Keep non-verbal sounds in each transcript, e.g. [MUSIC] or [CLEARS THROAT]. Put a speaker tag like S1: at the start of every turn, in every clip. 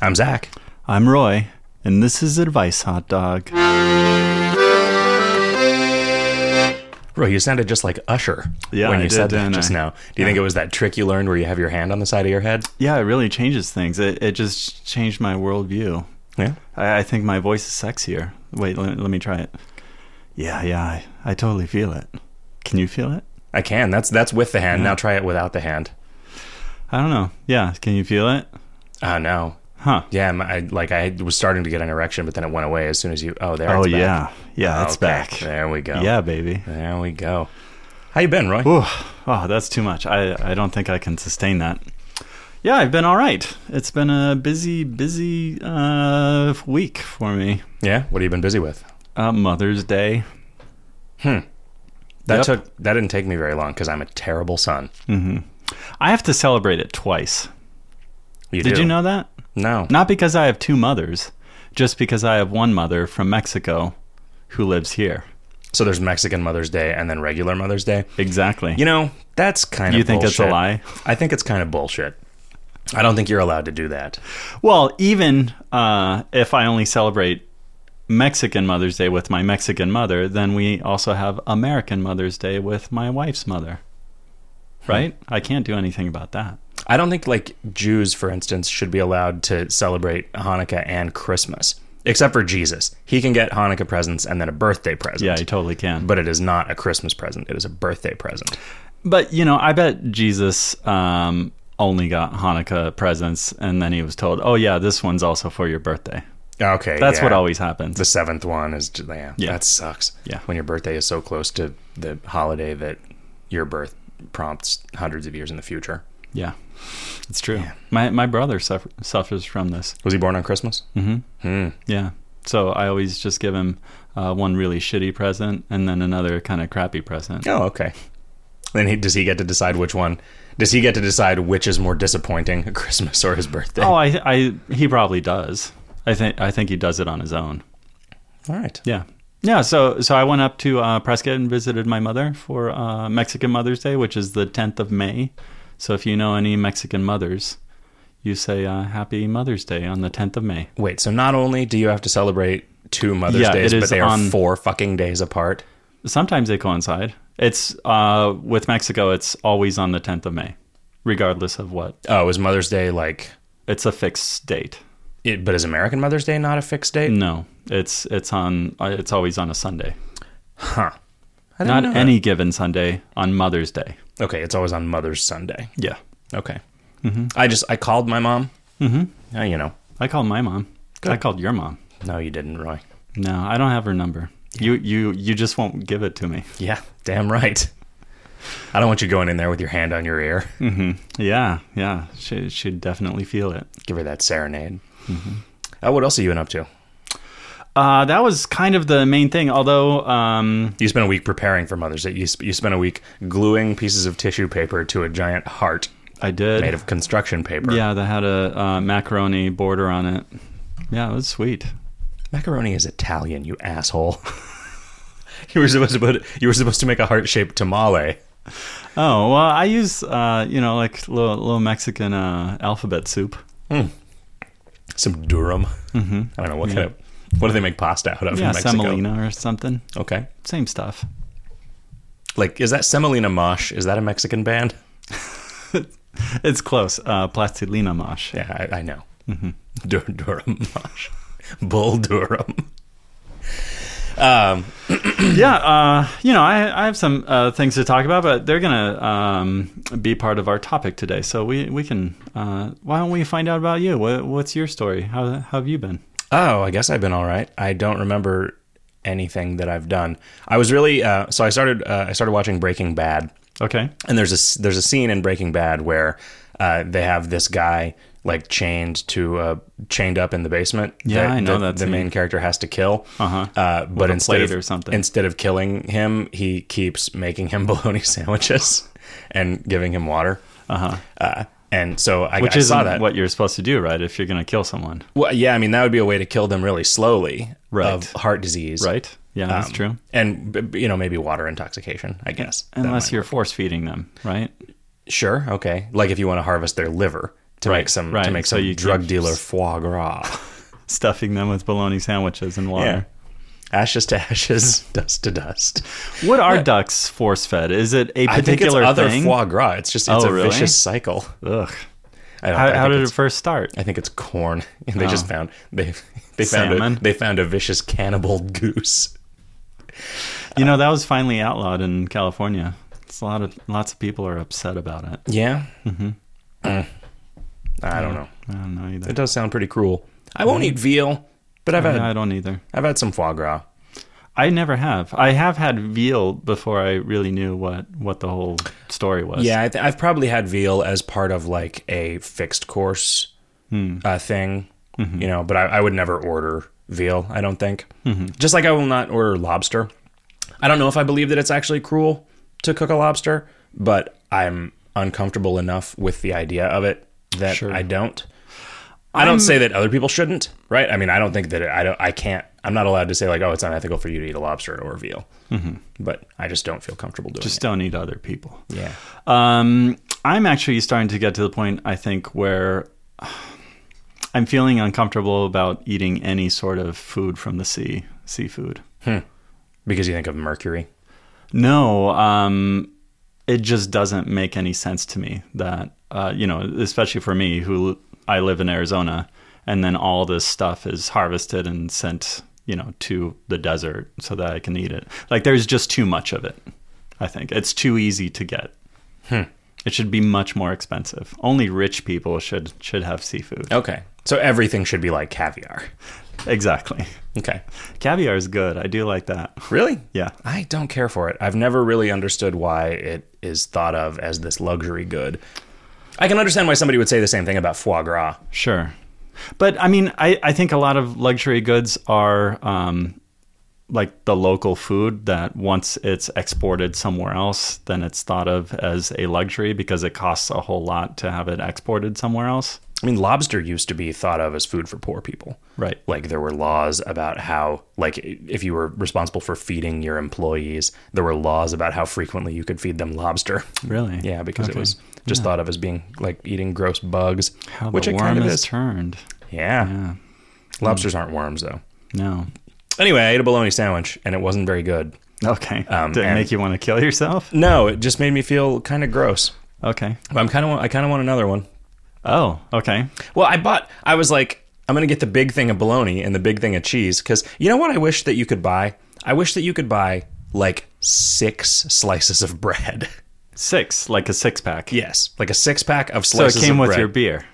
S1: I'm Zach.
S2: I'm Roy, and this is Advice Hot Dog.
S1: Roy, you sounded just like Usher
S2: Yeah,
S1: when
S2: I
S1: you
S2: did,
S1: said that
S2: didn't
S1: just
S2: I?
S1: now. Do you think it was that trick you learned where you have your hand on the side of your head?
S2: Yeah, it really changes things. It, it just changed my worldview.
S1: Yeah.
S2: I, I think my voice is sexier. Wait, let, let me try it. Yeah, yeah, I, I totally feel it. Can you feel it?
S1: I can. That's that's with the hand. Now try it without the hand.
S2: I don't know. Yeah, can you feel it?
S1: Oh no.
S2: Huh.
S1: Yeah, my, I, like I was starting to get an erection, but then it went away as soon as you. Oh, there.
S2: Oh,
S1: it's back.
S2: yeah. Yeah, it's
S1: Okay,
S2: back.
S1: There we go.
S2: Yeah, baby.
S1: There we go. How you been, Roy?
S2: Ooh, oh, that's too much. I, I don't think I can sustain that. Yeah, I've been all right. It's been a busy, busy uh, week for me.
S1: Yeah. What have you been busy with?
S2: Uh, Mother's Day.
S1: That
S2: Yep. Mm-hmm.
S1: took. Hmm. That didn't take me very long because I'm a terrible son.
S2: I have to celebrate it twice. Did
S1: do.
S2: you know that?
S1: No.
S2: Not because I have two mothers, just because I have one mother from Mexico who lives here.
S1: So there's Mexican Mother's Day and then regular Mother's Day.
S2: Exactly.
S1: You know, that's kind
S2: You
S1: of
S2: think that's a
S1: bullshit.
S2: lie?
S1: I think it's kind of bullshit. I don't think you're allowed to do that.
S2: Well, even uh, if I only celebrate Mexican Mother's Day with my Mexican mother, then we also have American Mother's Day with my wife's mother.
S1: Hmm.
S2: Right? I can't do anything about that.
S1: I don't think like Jews, for instance, should be allowed to celebrate Hanukkah and Christmas, except for Jesus. He can get Hanukkah presents and then a birthday present.
S2: Yeah, you totally can. But,
S1: but it is not a Christmas present. It is a birthday present.
S2: but you know, I bet Jesus um, only got Hanukkah presents and then he was told, oh, yeah, this one's also for your birthday.
S1: Okay,
S2: That's
S1: yeah.
S2: what always happens.
S1: The seventh one is j- yeah,
S2: Yeah.
S1: That sucks.
S2: Yeah.
S1: when your birthday is so close to the holiday that your birth prompts hundreds of years in the future.
S2: Yeah, it's true. My my brother suffer, suffers from this. Mm-hmm.
S1: Was he born on Christmas? Hmm.
S2: Yeah, so I always just give him uh, one really shitty present and then another kind of crappy present.
S1: Oh, okay. Then he, does he get to decide which one? Does he get to decide which is more disappointing, [LAUGHS] Christmas or his birthday?
S2: Oh, I I he probably does. I think I think he does it on his own.
S1: all right.
S2: Yeah. Yeah, so so I went up to uh, Prescott and visited my mother for uh, Mexican Mother's Day, which is the 10th of May. So if you know any Mexican mothers, you say uh, Happy Mother's Day on the 10th of May.
S1: Wait. So not only do you have to celebrate two Mother's
S2: Yeah,
S1: Days,
S2: it
S1: but
S2: is
S1: they are
S2: on-
S1: four fucking days apart.
S2: Sometimes they coincide. It's uh, with Mexico. It's always on the 10th of May, regardless of what.
S1: Oh, is Mother's Day like?
S2: It's a fixed date.
S1: It, but is American Mother's Day not a fixed date?
S2: No, it's it's on. uh, It's always on a Sunday.
S1: Huh. I didn't
S2: Not
S1: know that.
S2: any given Sunday on Mother's Day.
S1: Okay, it's always on Mother's Sunday.
S2: Yeah,
S1: Okay.
S2: Mm-hmm.
S1: I just I called my mom. Mm-hmm. you know.
S2: I called my mom. I called your mom.
S1: No, you didn't, Roy.
S2: No, I don't have her number. You you you just won't give it to me.
S1: Yeah, damn right. I don't want you going in there with your hand on your ear.
S2: Yeah, yeah. She she'd definitely feel it.
S1: Give her that serenade.
S2: Mm-hmm.
S1: Uh, what else are you been up to?
S2: Uh, that was kind of the main thing. Although um,
S1: You spent a week preparing for Mother's Day. You, sp- you spent a week gluing pieces of tissue paper to a giant heart
S2: I did
S1: made of construction paper.
S2: Yeah, that had a uh, macaroni border on it. Yeah, it was sweet.
S1: Macaroni is Italian, you asshole. [LAUGHS] you were supposed to put, you were supposed to make a heart shaped tamale.
S2: Oh well, I use uh, you know like little, little Mexican uh, alphabet soup.
S1: Some durum. Mm-hmm. I don't know what kind of what do they make pasta out of
S2: Yeah,
S1: in Mexico?
S2: semolina or something.
S1: Okay.
S2: Same stuff.
S1: Like is that Semolina Mosh? Is that a Mexican band?
S2: It's close. Uh, plastilina mosh.
S1: Yeah, I, I know.
S2: Mm-hmm.
S1: Dur- Durham Mosh. Bull Durham. Um,
S2: Yeah, uh, you know, I, I have some uh, things to talk about, but they're gonna um, be part of our topic today. So we we can. Uh, why don't we find out about you? What, what's your story? How, how have you been?
S1: oh, I guess I've been all right. I don't remember anything that I've done. I was really uh, so I started uh, I started watching Breaking Bad.
S2: Okay.
S1: and there's a s- there's a scene in Breaking Bad where uh, they have this guy like chained to uh, chained up in the basement.
S2: Yeah, I know
S1: the,
S2: that
S1: the
S2: scene.
S1: main character has to kill.
S2: Uh-huh.
S1: Uh, but
S2: a
S1: instead of,
S2: plate or something.
S1: instead of killing him, he keeps making him [LAUGHS] bologna sandwiches and giving him water. Uh-huh. And so I,
S2: Which
S1: I
S2: is
S1: saw that.
S2: what you're supposed to do, right? If you're gonna kill someone,
S1: well, yeah, I mean that would be a way to kill them really slowly
S2: Right.
S1: of heart disease,
S2: right? Yeah, that's
S1: Um,
S2: true.
S1: And b- b- you know maybe water intoxication, I guess. That
S2: Unless
S1: might-
S2: you're force feeding them, right?
S1: Sure. Okay. Like if you want to harvest their liver, to
S2: Right,
S1: make some
S2: right.
S1: to make
S2: So
S1: some
S2: you give
S1: drug
S2: s-
S1: dealer foie gras.
S2: stuffing them with bologna sandwiches and water.
S1: [LAUGHS] Ashes to ashes, [LAUGHS] dust to dust.
S2: What are ducks force fed? Is it a
S1: I think it's
S2: particular
S1: other
S2: thing?
S1: foie gras. It's just it's
S2: Oh,
S1: a
S2: really?
S1: vicious cycle.
S2: Ugh.
S1: I don't,
S2: How,
S1: I
S2: how
S1: think
S2: did it
S1: it's-
S2: first start?
S1: I think it's corn. [LAUGHS] they just found they they found
S2: Salmon?
S1: a, they found a vicious cannibal goose.
S2: You know, that was finally outlawed in California. It's a lot of lots of people are upset about it.
S1: Yeah. Mm-hmm.
S2: Mm.
S1: I don't know.
S2: I don't know either.
S1: It does sound pretty cruel. I won't eat veal, but I've
S2: No, I
S1: had
S2: don't either.
S1: I've had some foie gras.
S2: I never have. I have had veal before I really knew what what the whole story was.
S1: Yeah, I th- I've probably had veal as part of like a fixed course uh, thing, you know. But I, I would never order veal. I don't think. Just like I will not order lobster. I don't know if I believe that it's actually cruel to cook a lobster, but I'm uncomfortable enough with the idea of it that I don't. I don't say that other people shouldn't, right? I mean, I don't think that it, I don't. I can't. I'm not allowed to say like, oh, it's unethical for you to eat a lobster or veal. But I just don't feel comfortable doing
S2: Just don't eat other people.
S1: it. Yeah.
S2: Um, I'm actually starting to get to the point, I think, where [SIGHS] I'm feeling uncomfortable about eating any sort of food from the sea, seafood.
S1: Because you think of mercury.
S2: No, um, it just doesn't make any sense to me that, uh, you know, especially for me who I live in Arizona and then all this stuff is harvested and sent, you know, to the desert so that I can eat it. Like there's just too much of it, I think. It's too easy to get. It should be much more expensive. Only rich people should should have seafood.
S1: Okay. So everything should be like caviar.
S2: Exactly.
S1: Okay.
S2: Caviar is good. I do like that.
S1: Really?
S2: Yeah.
S1: I don't care for it. I've never really understood why it is thought of as this luxury good. I can understand why somebody would say the same thing about foie gras.
S2: Sure. But I mean, I, I think a lot of luxury goods are um, like the local food that once it's exported somewhere else, then it's thought of as a luxury because it costs a whole lot to have it exported somewhere else.
S1: I mean, lobster used to be thought of as food for poor people.
S2: Right.
S1: Like there were laws about how, like, if you were responsible for feeding your employees, there were laws about how frequently you could feed them lobster.
S2: Really?
S1: Yeah, because it
S2: Okay.
S1: was just thought of as being like eating gross bugs,
S2: How
S1: which
S2: the
S1: it
S2: worm
S1: kind of
S2: is,
S1: is.
S2: turned.
S1: yeah.
S2: Yeah.
S1: lobsters aren't worms though.
S2: No.
S1: Anyway, I ate a bologna sandwich and it wasn't very good.
S2: Okay.
S1: Um,
S2: Did it
S1: and-
S2: make you want to kill
S1: [LAUGHS]
S2: yourself?
S1: No, it just made me feel kind of gross.
S2: Okay.
S1: But I'm kind of I kind of want another one.
S2: Oh, okay.
S1: Well, I bought I was like I'm going to get the big thing of bologna and the big thing of cheese cuz you know what I wish that you could buy? I wish that you could buy like 6 slices of bread. [LAUGHS]
S2: Six, like a six pack.
S1: yes, like a six pack of
S2: So it
S1: slices
S2: came
S1: of
S2: with
S1: bread.
S2: your beer.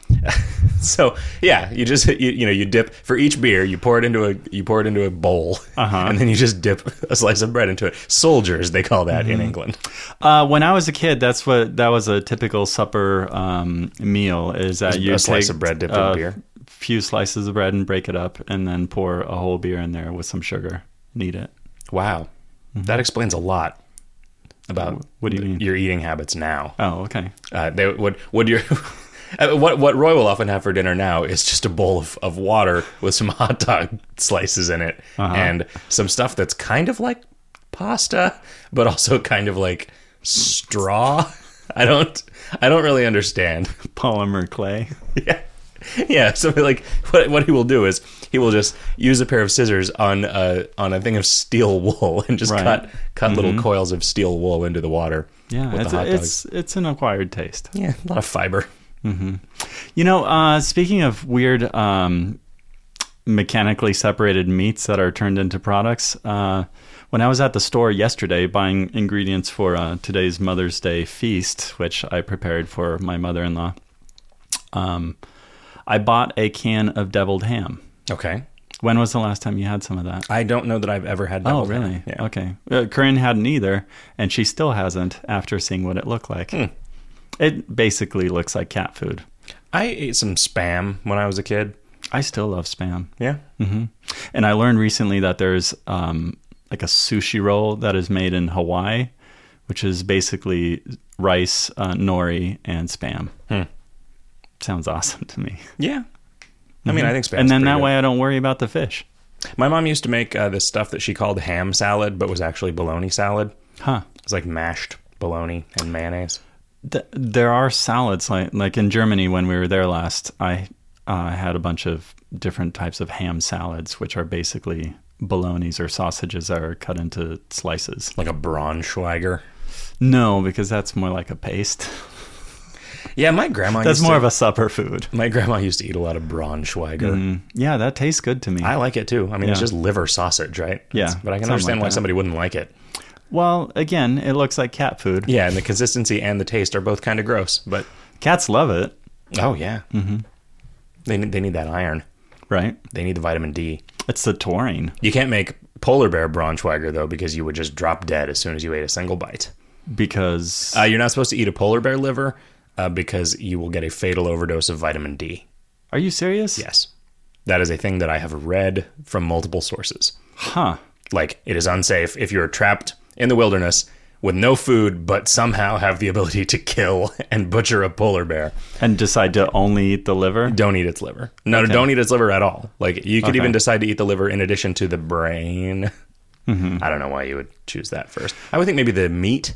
S1: So, yeah, you just you, you know, you dip for each beer, you pour it into a you pour it into a bowl
S2: Uh-huh.
S1: [LAUGHS] and then you just dip a slice of bread into it. Soldiers, they call that
S2: Mm-hmm.
S1: in England.
S2: Uh, when I was a kid, that's what that was a typical supper um, meal. Is that you
S1: a slice
S2: take,
S1: of bread dipped in beer?
S2: few slices of bread and break it up, and then pour a whole beer in there with some sugar. Need it?
S1: Wow. That explains a lot about
S2: Mm-hmm. What do you mean?
S1: your eating habits now.
S2: Oh, okay.
S1: Uh, they would would your [LAUGHS] uh, what what Roy will often have for dinner now is just a bowl of, of water with some [LAUGHS] hot dog slices in it
S2: Uh-huh.
S1: and some stuff that's kind of like pasta but also kind of like straw. [LAUGHS] I don't I don't really understand.
S2: Polymer clay.
S1: [LAUGHS] Yeah. Yeah, so like what what he will do is he will just use a pair of scissors on a on a thing of steel [LAUGHS] wool and just
S2: Right. Mm-hmm.
S1: cut cut little coils of steel wool into the water.
S2: Yeah,
S1: with
S2: it's,
S1: the hot dog.
S2: it's it's an acquired taste.
S1: yeah, a lot of fiber.
S2: You know, uh, speaking of weird um, mechanically separated meats that are turned into products, uh, when I was at the store yesterday buying ingredients for uh, today's Mother's Day feast, which I prepared for my mother in law, um, I bought a can of deviled ham.
S1: Okay.
S2: When was the last time you had some of that?
S1: I don't know that I've ever had
S2: Oh,
S1: deviled ham.
S2: really?
S1: Yeah.
S2: Okay. Uh, Corinne hadn't either, and she still hasn't after seeing what it looked like.
S1: Hmm.
S2: It basically looks like cat food.
S1: I ate some spam when I was a kid.
S2: I still love spam.
S1: Yeah.
S2: Mm-hmm. And I learned recently that there's um, like a sushi roll that is made in Hawaii, which is basically rice, uh, nori, and spam.
S1: Hmm.
S2: Sounds awesome to me.
S1: Yeah. I mean, I think spam.
S2: Mm-hmm. and then that way I don't worry about the fish.
S1: my mom used to make uh, this stuff that she called ham salad, but was actually bologna salad.
S2: Huh.
S1: It's like mashed bologna and mayonnaise.
S2: th- there are salads like like in Germany when we were there last. I uh, had a bunch of different types of ham salads, which are basically bolognese or sausages that are cut into slices.
S1: like a Braunschweiger.
S2: No, because that's more like a paste. [LAUGHS]
S1: Yeah, my grandma.
S2: That's
S1: used
S2: more
S1: to,
S2: of a supper food.
S1: My grandma used to eat a lot of Braunschweiger.
S2: Mm, yeah, that tastes good to me.
S1: I like it too. I mean, it's
S2: Yeah.
S1: just liver sausage, right?
S2: Yeah,
S1: It's- but I can
S2: something
S1: understand
S2: like
S1: why
S2: that.
S1: somebody wouldn't like it.
S2: well, again, it looks like cat food.
S1: Yeah, and the consistency and the taste are both kind of gross. But
S2: Cats love it,
S1: oh yeah, mm-hmm. they need, they need that iron.
S2: right?
S1: They need the vitamin D.
S2: It's the taurine.
S1: You can't make polar bear Braunschweiger though, because you would just drop dead as soon as you ate a single bite.
S2: because
S1: Uh, you're not supposed to eat a polar bear liver uh, because you will get a fatal overdose of vitamin D.
S2: are you serious?
S1: Yes, that is a thing that I have read from multiple sources.
S2: Huh.
S1: Like it is unsafe if you are trapped in the wilderness with no food, but somehow have the ability to kill [LAUGHS] and butcher a polar bear.
S2: And decide to only eat the liver?
S1: Don't eat its liver. No, don't eat its liver at all. Like you could
S2: Okay.
S1: even decide to eat the liver in addition to the brain.
S2: Mm-hmm.
S1: I don't know why you would choose that first. I would think maybe the meat,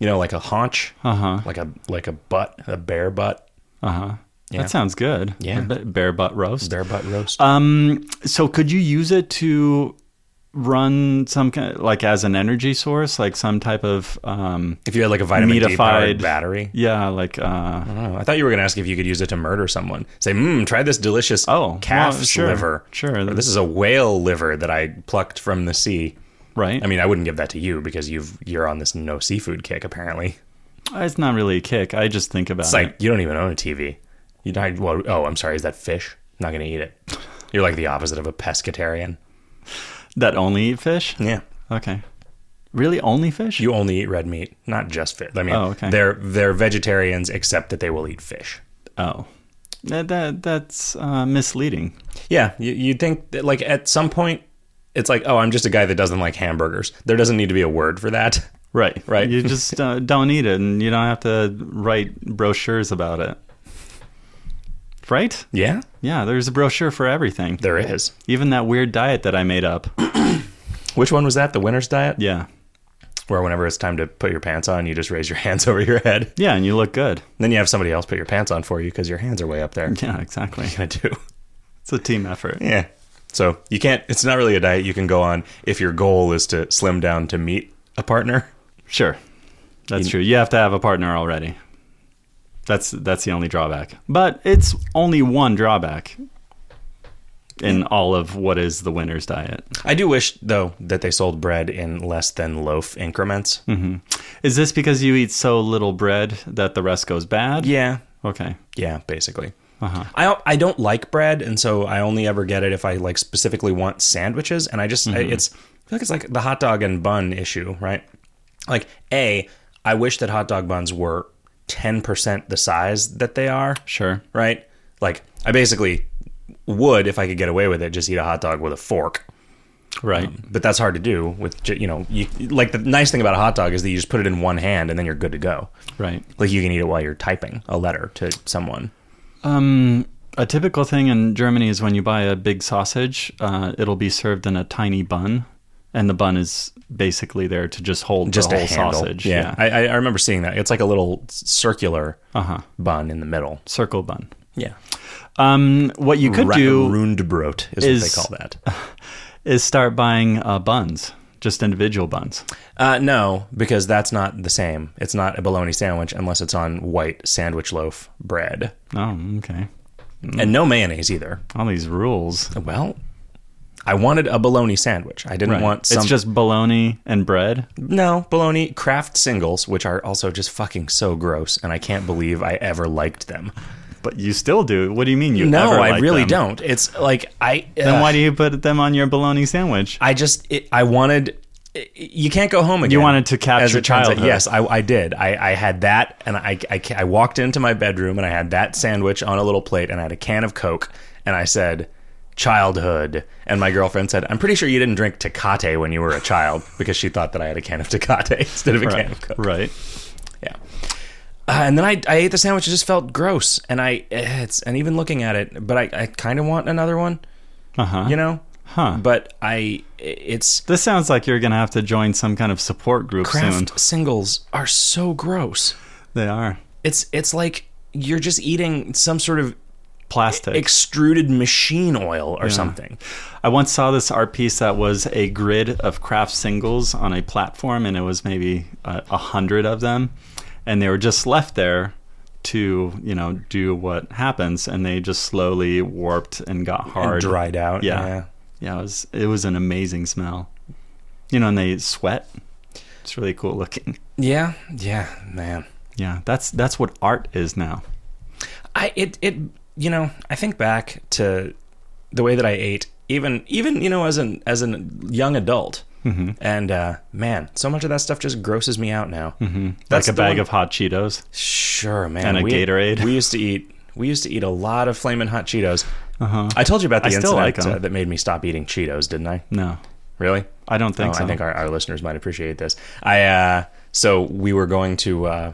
S1: you know, like a haunch,
S2: Uh-huh.
S1: like a like a butt, a bear butt,
S2: Uh-huh. That sounds good.
S1: Yeah.
S2: A bit Bear butt roast.
S1: bear butt roast.
S2: Um so could you use it to run some kind like as an energy source, like some type of um
S1: if you had like a vitamin D powered
S2: meatified-
S1: battery.
S2: yeah, like uh
S1: Oh, I thought you were going to ask if you could use it to murder someone. Say, mmm, try this delicious
S2: Oh,
S1: calf's
S2: well, sure,
S1: liver.
S2: sure.
S1: Or, this is a whale liver that I plucked from the sea.
S2: right?
S1: I mean, I wouldn't give that to you because you've you're on this no seafood kick apparently.
S2: it's not really a kick. I just think about
S1: It's
S2: it.
S1: like you don't even own a TV. You died. Well, oh, I'm sorry. Is that fish? I'm not going to eat it.
S2: [LAUGHS]
S1: You're like the opposite of a pescatarian.
S2: that only eat fish?
S1: Yeah.
S2: Okay. Really only fish?
S1: You only eat red meat, not just fish. I mean,
S2: Oh, okay.
S1: they're they're vegetarians except that they will eat fish.
S2: oh. That, that that's uh, misleading.
S1: Yeah, you, you'd think that like at some point it's like, oh, I'm just a guy that doesn't like hamburgers. There doesn't need to be a word for that.
S2: Right,
S1: Right.
S2: You just uh, don't eat it, and you don't have to write brochures about it. Right?
S1: [LAUGHS] Yeah,
S2: Yeah, there's a brochure for everything.
S1: there is.
S2: Even that weird diet that I made up.
S1: Which one was that? The winter's diet,
S2: Yeah,
S1: where whenever it's time to put your pants on, you just raise your [LAUGHS] hands over your head.
S2: yeah, and you look good.
S1: Then you have somebody else put your pants on for you because your hands are way up [LAUGHS] there. What
S2: Yeah, exactly.
S1: are you gonna do?
S2: It's a team effort.
S1: Yeah. So you can't. It's not really a diet you can go on if your goal is to slim down to meet a partner.
S2: Sure, that's true. You have to have a partner already. That's that's the only drawback. But it's only one drawback in all of what is the winner's diet.
S1: I do wish though that they sold bread in less than loaf increments.
S2: Is this because you eat so little bread that the rest goes bad?
S1: Yeah.
S2: Okay.
S1: Yeah. Basically.
S2: Uh huh.
S1: I don't- I don't like bread, and so I only ever get it if I like specifically want sandwiches. And I just I, it's I feel like it's like the hot dog and bun issue, right? Like a, I wish that hot dog buns were ten percent the size that they are,
S2: Sure.
S1: right? Like I basically would if I could get away with it, just eat a hot dog with a fork.
S2: Right.
S1: But that's hard to do with ju- you know you like the nice thing about a hot dog is that you just put it in one hand and then you're good to go.
S2: right.
S1: Like you can eat it while you're typing a letter to someone.
S2: Um, a typical thing in Germany is when you buy a big sausage, uh, it'll be served in a tiny bun, and the bun is basically there to just hold
S1: just
S2: the
S1: a
S2: whole
S1: handle.
S2: sausage.
S1: Yeah, I I, I remember seeing that. It's like a little s- circular
S2: Uh huh.
S1: bun in the middle.
S2: Circle bun.
S1: Yeah,
S2: Um, what you could
S1: Ra-
S2: do
S1: rundbrot is,
S2: is-
S1: what they call that.
S2: is start buying uh, buns, just individual buns.
S1: Uh, no, because that's not the same. It's not a bologna sandwich unless it's on white sandwich loaf bread
S2: Oh, okay. Mm-hmm.
S1: and no mayonnaise either.
S2: All these rules.
S1: Well. I wanted a bologna sandwich. I didn't
S2: Right.
S1: want some.
S2: It's just bologna and bread.
S1: no bologna craft singles, which are also just fucking so gross, and I can't believe I ever liked them.
S2: But you still do. What do you mean you?
S1: No,
S2: ever
S1: I
S2: like
S1: really
S2: them?
S1: don't. It's like I.
S2: Then
S1: ugh.
S2: why do you put them on your bologna sandwich?
S1: I just it, I wanted it, you can't go home again.
S2: wanted to capture
S1: As it turns out,
S2: childhood.
S1: Yes, I, I did. I, I had that, and I, I ca- I walked into my bedroom and I had that sandwich on a little plate, and I had a can of Coke, and I said, "Childhood." And my girlfriend said, "I'm pretty sure you didn't drink Tecate when you were a child," [LAUGHS] because she thought that I had a can of Tecate [LAUGHS] instead of a can of Coke.
S2: Right.
S1: Yeah. Uh, and then I, I ate the sandwich. It just felt gross, and I eh, it's and even looking at it, but I, I kind of want another one,
S2: Uh huh.
S1: you know.
S2: Huh.
S1: But I it's
S2: This sounds like you're going to have to join some kind of support group soon.
S1: Craft singles are so gross.
S2: They are
S1: It's it's like you're just eating some sort of
S2: plastic.
S1: extruded machine oil or something.
S2: I once saw this art piece that was a grid of craft singles on a platform, and it was maybe uh, a, a hundred of them, and they were just left there to you know do what happens, and they just slowly warped and got hard,
S1: And dried out.
S2: Yeah. Yeah, it was it was an amazing smell. You know, and they sweat. It's really cool looking.
S1: Yeah. Yeah, man.
S2: Yeah, that's that's what art is now.
S1: I it it you know, I think back to the way that I ate even even you know as an as a young adult.
S2: Mm-hmm.
S1: And uh, man, so much of that stuff just grosses me out now. Mm-hmm.
S2: like a bag of hot Cheetos.
S1: sure, man,
S2: and a
S1: we,
S2: Gatorade.
S1: We used to eat we used to eat a lot of flaming hot Cheetos. I told you about the
S2: Uh-huh. I still
S1: incident
S2: like 'em.
S1: uh, that made me stop eating Cheetos, didn't I?
S2: No,
S1: Really?
S2: I don't think
S1: Oh,
S2: so.
S1: I think our, our listeners might appreciate this. I uh, so we were going to. Uh,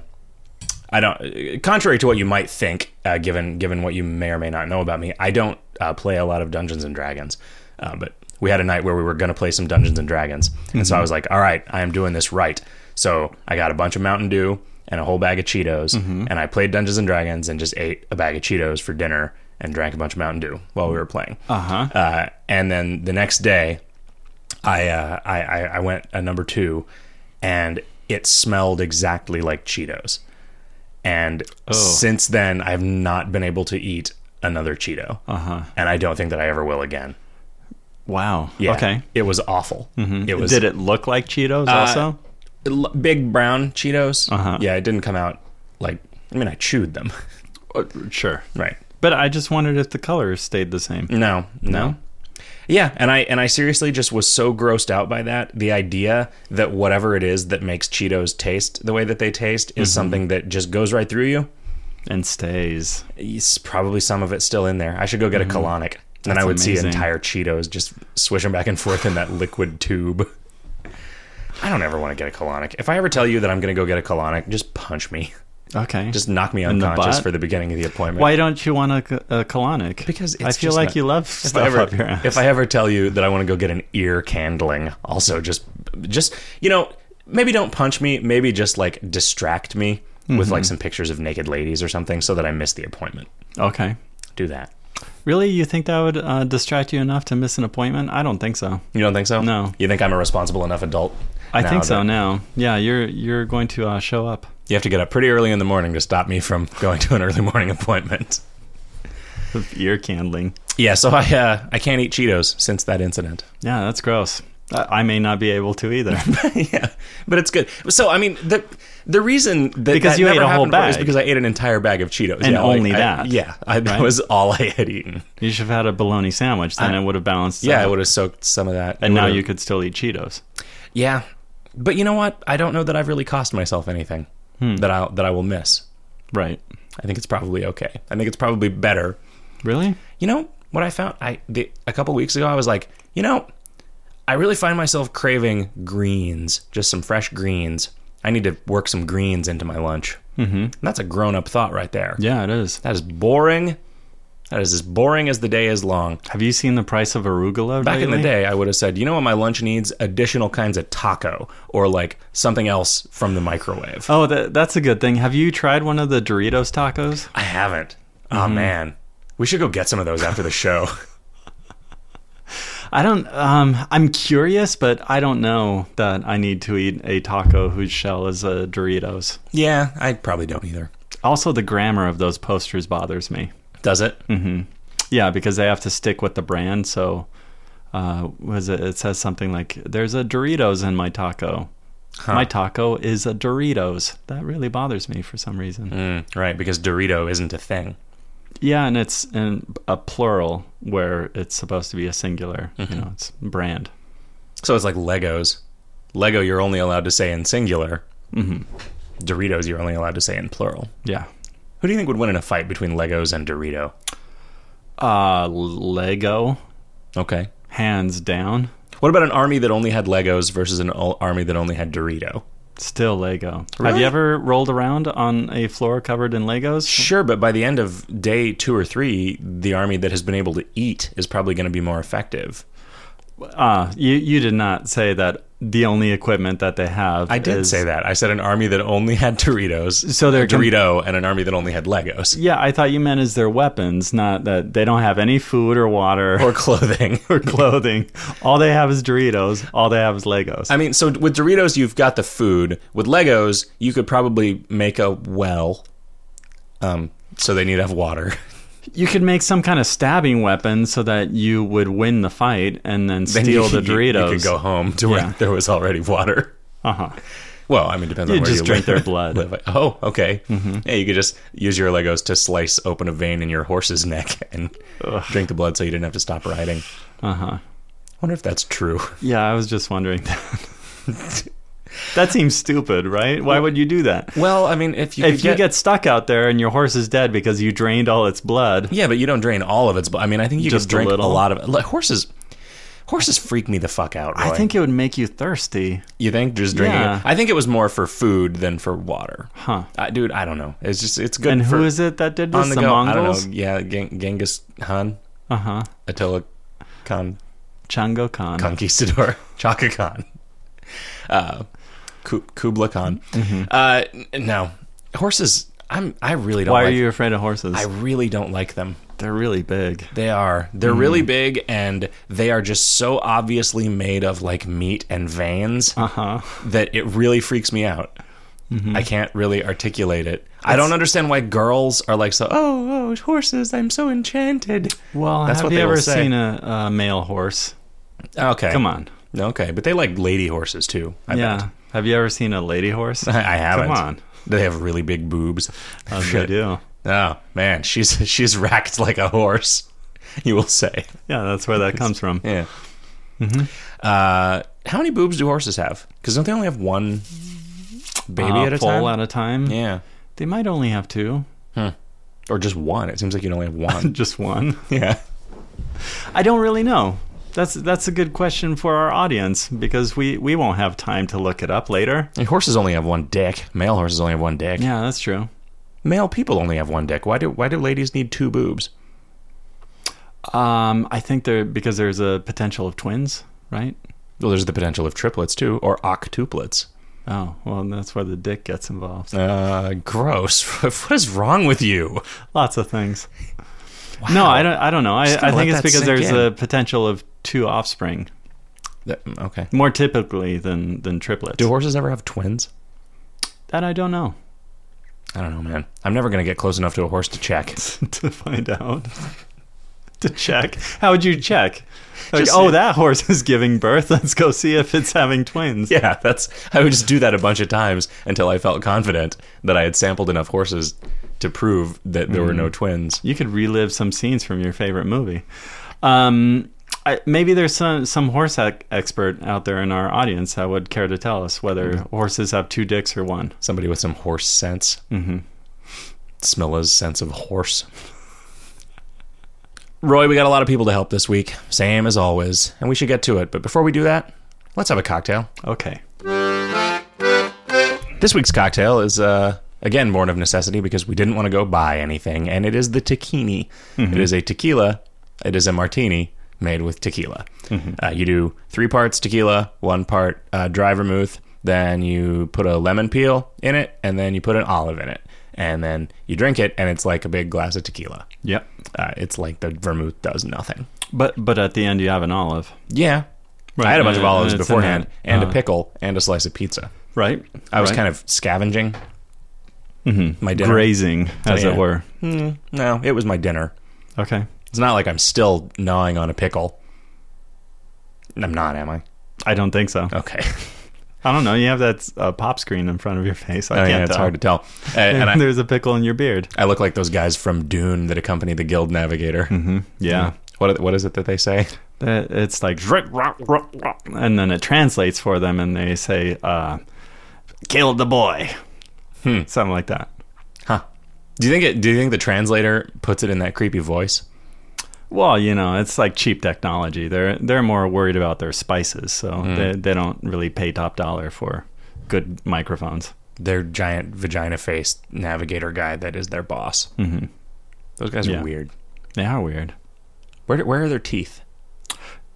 S1: I don't. Contrary to what you might think, uh, given given what you may or may not know about me, I don't uh, play a lot of Dungeons and Dragons. Uh, but we had a night where we were going to play some Dungeons and Dragons, and
S2: Mm-hmm.
S1: so I was like, "All right, I am doing this right." So I got a bunch of Mountain Dew and a whole bag of Cheetos,
S2: Mm-hmm.
S1: and I played Dungeons and Dragons and just ate a bag of Cheetos for dinner and drank a bunch of Mountain Dew while we were playing.
S2: Uh-huh.
S1: Uh, and then the next day, I, uh, I I I went a number two, and it smelled exactly like Cheetos. And
S2: Oh.
S1: since then, I have not been able to eat another Cheeto,
S2: Uh-huh.
S1: and I don't think that I ever will again.
S2: Wow.
S1: Yeah,
S2: Okay. Mm-hmm.
S1: it was awful. It was Uh,
S2: Did it look like Cheetos also?
S1: l- big brown Cheetos.
S2: Uh-huh.
S1: Yeah, it didn't come out like I mean I chewed them, [LAUGHS]
S2: Uh, sure.
S1: right?
S2: But I just wondered if the colors stayed the same.
S1: No, no,
S2: No?
S1: Yeah, and I and I seriously just was so grossed out by that. The idea that whatever it is that makes Cheetos taste the way that they taste is
S2: Mm-hmm.
S1: something that just goes right through you.
S2: And stays.
S1: It's probably some of it still in there. I should go get a colonic. and I
S2: Mm-hmm. That's
S1: would see
S2: amazing.
S1: entire Cheetos just swishing back and forth in that liquid tube. I don't ever want to get a colonic. If I ever tell you that I'm going to go get a colonic, just punch me.
S2: Okay.
S1: Just knock me
S2: the
S1: unconscious
S2: butt?
S1: for the beginning of the appointment.
S2: why don't you want a, a colonic?
S1: Because
S2: I
S1: it's
S2: feel
S1: just
S2: like
S1: not-
S2: you love
S1: if I
S2: stuff
S1: ever
S2: up your ass.
S1: if I ever tell you that I want to go get an ear candling, also just just you know maybe don't punch me, maybe just like distract me with
S2: Mm-hmm.
S1: like some pictures of naked ladies or something, so that I miss the appointment.
S2: okay.
S1: Do that.
S2: Really, you think that would uh, distract you enough to miss an appointment? I don't think so.
S1: You don't think so?
S2: No.
S1: You think I'm a responsible enough adult?
S2: I
S1: now
S2: think so
S1: that
S2: now. Yeah, you're you're going to uh, show up.
S1: You have to get up pretty early in the morning to stop me from going to an early morning [LAUGHS] appointment.
S2: Ear candling.
S1: Yeah, so I uh, I can't eat Cheetos since that incident.
S2: Yeah, that's gross. Uh, I, I may not be able
S1: [LAUGHS]
S2: to either.
S1: yeah, but it's good. So I mean, the the reason that
S2: Because
S1: that
S2: you ate
S1: never
S2: a whole
S1: happened before is
S2: bag.
S1: because I ate an entire bag of Cheetos
S2: And
S1: Yeah, like,
S2: only
S1: I-
S2: that,
S1: yeah, I, that
S2: right?
S1: was all I had eaten.
S2: you should have had a bologna sandwich, then it would have balanced.
S1: Yeah, I
S2: out.
S1: would have soaked some of that.
S2: And
S1: It
S2: now
S1: would've-
S2: you could still eat Cheetos.
S1: yeah, but you know what? I don't know that I've really cost myself anything
S2: Hmm.
S1: that I that I will miss.
S2: Right.
S1: I think it's probably okay. I think it's probably better.
S2: Really?
S1: You know what I found? I the, a couple weeks ago I was like, you know, I really find myself craving greens, just some fresh greens. I need to work some greens into my lunch. Mm-hmm. That's a grown up thought right there.
S2: Yeah, it is.
S1: That is boring. That is as boring as the day is long.
S2: Have you seen the price of arugula
S1: Back in the
S2: lately?
S1: day, I would have said, you know what, my lunch needs additional kinds of taco or like something else from the microwave.
S2: Oh, that, that's a good thing. Have you tried one of the Doritos tacos?
S1: [LAUGHS] I haven't. Oh, man. We should go get some of those after the show.
S2: I don't. Um, I'm curious, but I don't know that I need to eat a taco whose shell is a Doritos.
S1: [LAUGHS] yeah, I probably don't either.
S2: Also, the grammar of those posters bothers me.
S1: Does it?
S2: Yeah, because they have to stick with the brand. So, uh, was it? It says something like, "There's a Doritos in my taco." My taco is a Doritos. That really bothers me for some reason.
S1: Mm, right, because Dorito isn't a thing.
S2: Yeah, and it's in a plural where it's supposed to be a singular.
S1: Mm-hmm.
S2: You know, it's brand.
S1: So it's like Legos. Lego, you're only allowed to say in singular. Mm-hmm. Doritos, you're only allowed to say in plural.
S2: Yeah.
S1: Who do you think would win in a fight between Legos and Dorito?
S2: Uh, Lego,
S1: Okay.
S2: hands down.
S1: What about an army that only had Legos versus an o- army that only had Dorito?
S2: Still Lego. Have
S1: Really?
S2: you ever rolled around on a floor covered in Legos?
S1: Sure, but by the end of day two or three, the army that has been able to eat is probably going to be more effective.
S2: Uh, you you did not say that the only equipment that they have.
S1: I did
S2: is-
S1: say that. I said an army that only had Doritos,
S2: So they're
S1: a
S2: com-
S1: Dorito, and an army that only had Legos
S2: Yeah, I thought you meant is their weapons, not that they don't have any food or water [LAUGHS]
S1: or clothing. [LAUGHS]
S2: or clothing. All they have is Doritos. All they have is Legos.
S1: I mean, so with Doritos, you've got the food. With Legos, you could probably make a well. Um, so they need to have water. [LAUGHS]
S2: You could make some kind of stabbing weapon so that you would win the fight and then
S1: Then [LAUGHS]
S2: steal
S1: you-
S2: the Doritos.
S1: You could go home to where
S2: Yeah.
S1: there was already water.
S2: Uh huh.
S1: Well, I mean, depends
S2: You
S1: on where
S2: just
S1: you
S2: drink
S1: live.
S2: their
S1: [LAUGHS]
S2: blood. Mm-hmm.
S1: live. Oh, okay. Yeah, you could just use your Legos to slice open a vein in your horse's neck [LAUGHS] and drink the blood, so you didn't have to stop riding.
S2: Uh huh.
S1: I wonder if that's
S2: [LAUGHS]
S1: true.
S2: Yeah, I was just wondering [LAUGHS] that. that seems stupid, right? Why would you do that?
S1: Well, I mean, if you
S2: If you get stuck out there and your horse is dead because you drained all its blood,
S1: yeah, but you don't drain all of its. bl- I mean, I think you
S2: Just
S1: could
S2: a
S1: drink a,
S2: little.
S1: lot of like, horses. Horses freak me the fuck out. Roy.
S2: I think it would make you thirsty.
S1: you think just drinking.
S2: Yeah.
S1: It? I think it was more for food than for water.
S2: Huh.
S1: I, dude, I don't know. It's just it's good.
S2: And
S1: for,
S2: who is it that did this?
S1: on the,
S2: the
S1: go? I
S2: Mongols?
S1: don't know. Yeah, Gen- Genghis Khan,
S2: Uh huh.
S1: Attila Khan.
S2: Chango Khan.
S1: conquistador [LAUGHS] Chaka Khan, uh, Ku- Kubla Khan.
S2: Mm-hmm.
S1: Uh, n- no, horses. I'm. I really don't.
S2: Why are
S1: like,
S2: you afraid of horses?
S1: I really don't like them.
S2: They're really big.
S1: They are. They're
S2: Mm-hmm.
S1: really big, and they are just so obviously made of like meat and veins
S2: Uh huh.
S1: that it really freaks me out.
S2: Mm-hmm.
S1: I can't really articulate it. I don't understand why girls are like so. Oh, oh, horses! I'm so enchanted.
S2: Well,
S1: That's
S2: have
S1: what
S2: you
S1: they will
S2: ever
S1: say.
S2: seen a, a male horse?
S1: Okay,
S2: Come on.
S1: Okay, but they like lady horses too. I
S2: yeah.
S1: bet.
S2: Have you ever seen a lady
S1: [LAUGHS]
S2: horse?
S1: I I haven't.
S2: Come on.
S1: They have really big boobs.
S2: Oh, they do.
S1: Oh man, she's [LAUGHS] she's racked like a horse. [LAUGHS] You will say.
S2: Yeah, that's where that comes from.
S1: Yeah.
S2: Mm-hmm.
S1: Uh, how many boobs do horses have? Because don't they only have one baby
S2: Uh,
S1: at a
S2: foal
S1: time?
S2: at a time.
S1: yeah,
S2: They might only have
S1: [LAUGHS]
S2: two,
S1: or just one. It seems like you only have
S2: [LAUGHS]
S1: one.
S2: just one.
S1: [LAUGHS] yeah.
S2: I don't really know. That's that's a good question for our audience because we we won't have time to look it up later.
S1: And horses only have one dick. Male horses only have one dick.
S2: Yeah, that's true.
S1: Male people only have one dick. Why do why do ladies need two boobs?
S2: Um, I think there because there's a potential of twins, right?
S1: Well, there's the potential of triplets too, or octuplets.
S2: Oh, well, that's where the dick gets involved.
S1: Uh, gross. [LAUGHS] what is wrong with you?
S2: Lots of things. No, I don't. I don't know. I,
S1: Just gotta
S2: I
S1: let
S2: think it's
S1: that
S2: because
S1: sink
S2: there's
S1: in.
S2: a potential of two offspring
S1: That- okay.
S2: more typically than than triplets.
S1: Do horses ever have twins?
S2: that I don't know
S1: I don't know, man. I'm never gonna get close enough to a horse to check.
S2: [LAUGHS]
S1: [LAUGHS]
S2: to find out. [LAUGHS] to check, how would you check? Like,
S1: Just-
S2: oh, that horse is giving birth. [LAUGHS] Let's go see if it's having twins.
S1: Yeah, that's. I would just do that a bunch of times until I felt confident that I had sampled enough horses to prove that there were no twins.
S2: You could relive some scenes from your favorite movie. Um, I, maybe there's some some horse ec- expert out there in our audience that would care to tell us whether horses have two dicks or one.
S1: Somebody with some horse sense. Mm-hmm. Smilla's sense of horse. Roy, we got a lot of people to help this week, same as always, and we should get to it. But before we do that, let's have a cocktail.
S2: Okay.
S1: This week's cocktail is uh, again born of necessity because we didn't want to go buy anything, and it is the tequini.
S2: Mm-hmm.
S1: It is a tequila. It is a martini made with tequila.
S2: Mm-hmm.
S1: Uh, you do three parts tequila, one part uh, dry vermouth. Then you put a lemon peel in it, and then you put an olive in it, and then you drink it, and it's like a big glass of tequila.
S2: Yep.
S1: Uh, it's like the vermouth does nothing.
S2: But but at the end you have an olive,
S1: Yeah,
S2: Right,
S1: I had a bunch
S2: and-
S1: of olives
S2: and it's in
S1: beforehand,
S2: that,
S1: and
S2: uh,
S1: a pickle, and a slice of pizza.
S2: right? Mm-hmm.
S1: I was kind of scavenging. My dinner.
S2: grazing, as
S1: Yeah.
S2: it were.
S1: No, it was my dinner.
S2: Okay.
S1: It's not like I'm still gnawing on a pickle. I'm not, am I?
S2: I don't think so.
S1: Okay.
S2: I don't know. You have that uh, pop screen in front of your face.
S1: [LAUGHS]
S2: I
S1: I
S2: can't
S1: mean, Oh, it's
S2: tell.
S1: hard to tell. Uh, And
S2: [LAUGHS]
S1: I,
S2: There's a pickle in your beard.
S1: I look like those guys from Dune that accompany the Guild Navigator.
S2: Mm-hmm.
S1: Uh,
S2: Yeah.
S1: What what is it that they say?
S2: That- It's like, and then it translates for them, and they say, uh, "Killed the boy,"
S1: Hmm.
S2: something like that.
S1: Huh? Do you think it? Do you think the translator puts it in that creepy voice?
S2: Well, you know, it's like cheap technology. They're they're more worried about their spices, so
S1: Hmm.
S2: they they don't really pay top dollar for good microphones.
S1: Their giant vagina faced navigator guy that is their boss. Mm-hmm. Those guys
S2: Yeah.
S1: are weird.
S2: They are weird.
S1: Where do- where are their teeth?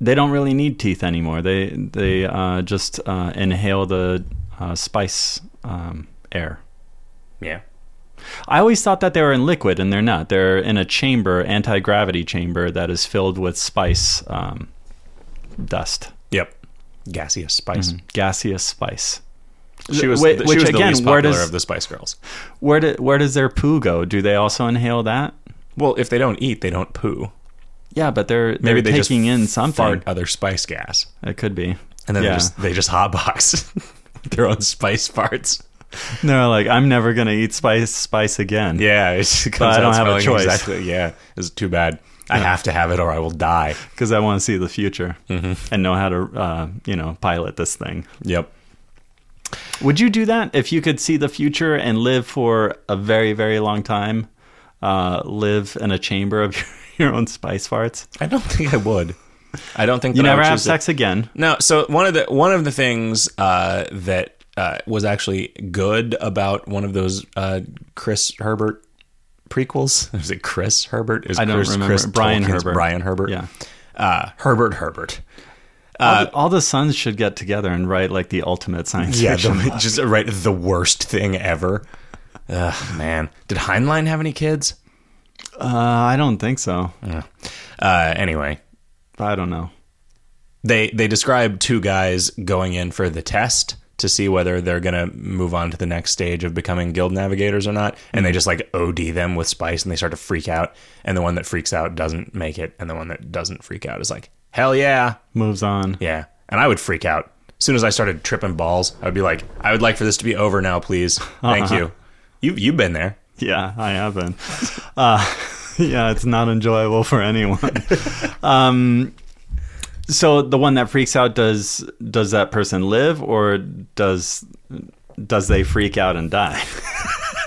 S2: they don't really need teeth anymore. They they
S1: Hmm.
S2: uh, just uh, inhale the uh, spice um, air.
S1: Yeah.
S2: I always thought that they were in liquid, and they're not. They're in a chamber, anti gravity chamber, that is filled with spice um, dust,
S1: Yep. Gaseous spice.
S2: gaseous spice.
S3: She was,
S2: Wait,
S3: the- she
S2: Mm-hmm. which,
S3: was the
S2: again,
S3: least
S2: where
S3: popular
S2: does-
S3: of the Spice Girls.
S2: Where do, where does their poo go? Do they also inhale that?
S1: Well, if they don't eat, they don't poo.
S2: Yeah, but they're they're
S1: Maybe they
S2: taking
S1: just
S2: in something.
S1: fart other spice gas,
S2: It could be.
S1: and then
S2: Yeah.
S1: they just they just hotbox [LAUGHS] their own spice farts.
S2: They're like, I'm never gonna eat spice spice again.
S1: Yeah, [LAUGHS] it just comes
S2: But I don't
S1: out
S2: have a
S1: smelling
S2: choice.
S1: Exactly. Yeah, it's too bad. I have to have it, or I will die.
S2: because I want to see the future
S1: Mm-hmm.
S2: and know how to, uh, you know, pilot this thing.
S1: Yep.
S2: Would you do that if you could see the future and live for a very, very long time? Uh, live in a chamber of [LAUGHS] your, own spice farts.
S1: I don't think I would. I don't think
S2: You
S1: that I
S2: never
S1: would
S2: have
S1: choose to-
S2: sex again.
S1: No, so one of the one of the things uh, that uh, was actually good about one of those uh, Chris Herbert prequels [LAUGHS] is it Chris Herbert? Is
S2: I don't
S1: Chris,
S2: remember.
S1: Chris
S2: Brian
S1: Tolkien's
S2: Herbert.
S1: Brian Herbert.
S2: Yeah.
S1: Uh, Herbert Herbert.
S2: all, the, all the sons should get together and write like the ultimate science
S1: Yeah,
S2: fiction.
S1: the, [LAUGHS] just uh, right. The worst thing ever. Ugh, man, did Heinlein have any kids?
S2: Uh, I don't think so.
S1: Uh, anyway,
S2: I don't know.
S1: they they describe two guys going in for the test to see whether they're going to move on to the next stage of becoming guild navigators or not and they just like OD them with spice and they start to freak out and the one that freaks out doesn't make it and the one that doesn't freak out is like hell yeah
S2: Moves on.
S1: yeah and I would freak out as soon as I started tripping balls I would be like I would like for this to be over now please thank
S2: Uh-huh.
S1: you you you've been there
S2: [LAUGHS] Yeah, I have been. Uh, [LAUGHS] yeah, it's not enjoyable for anyone.
S1: [LAUGHS]
S2: um, so the one that freaks out does does that person live or does does they freak out and die? [LAUGHS]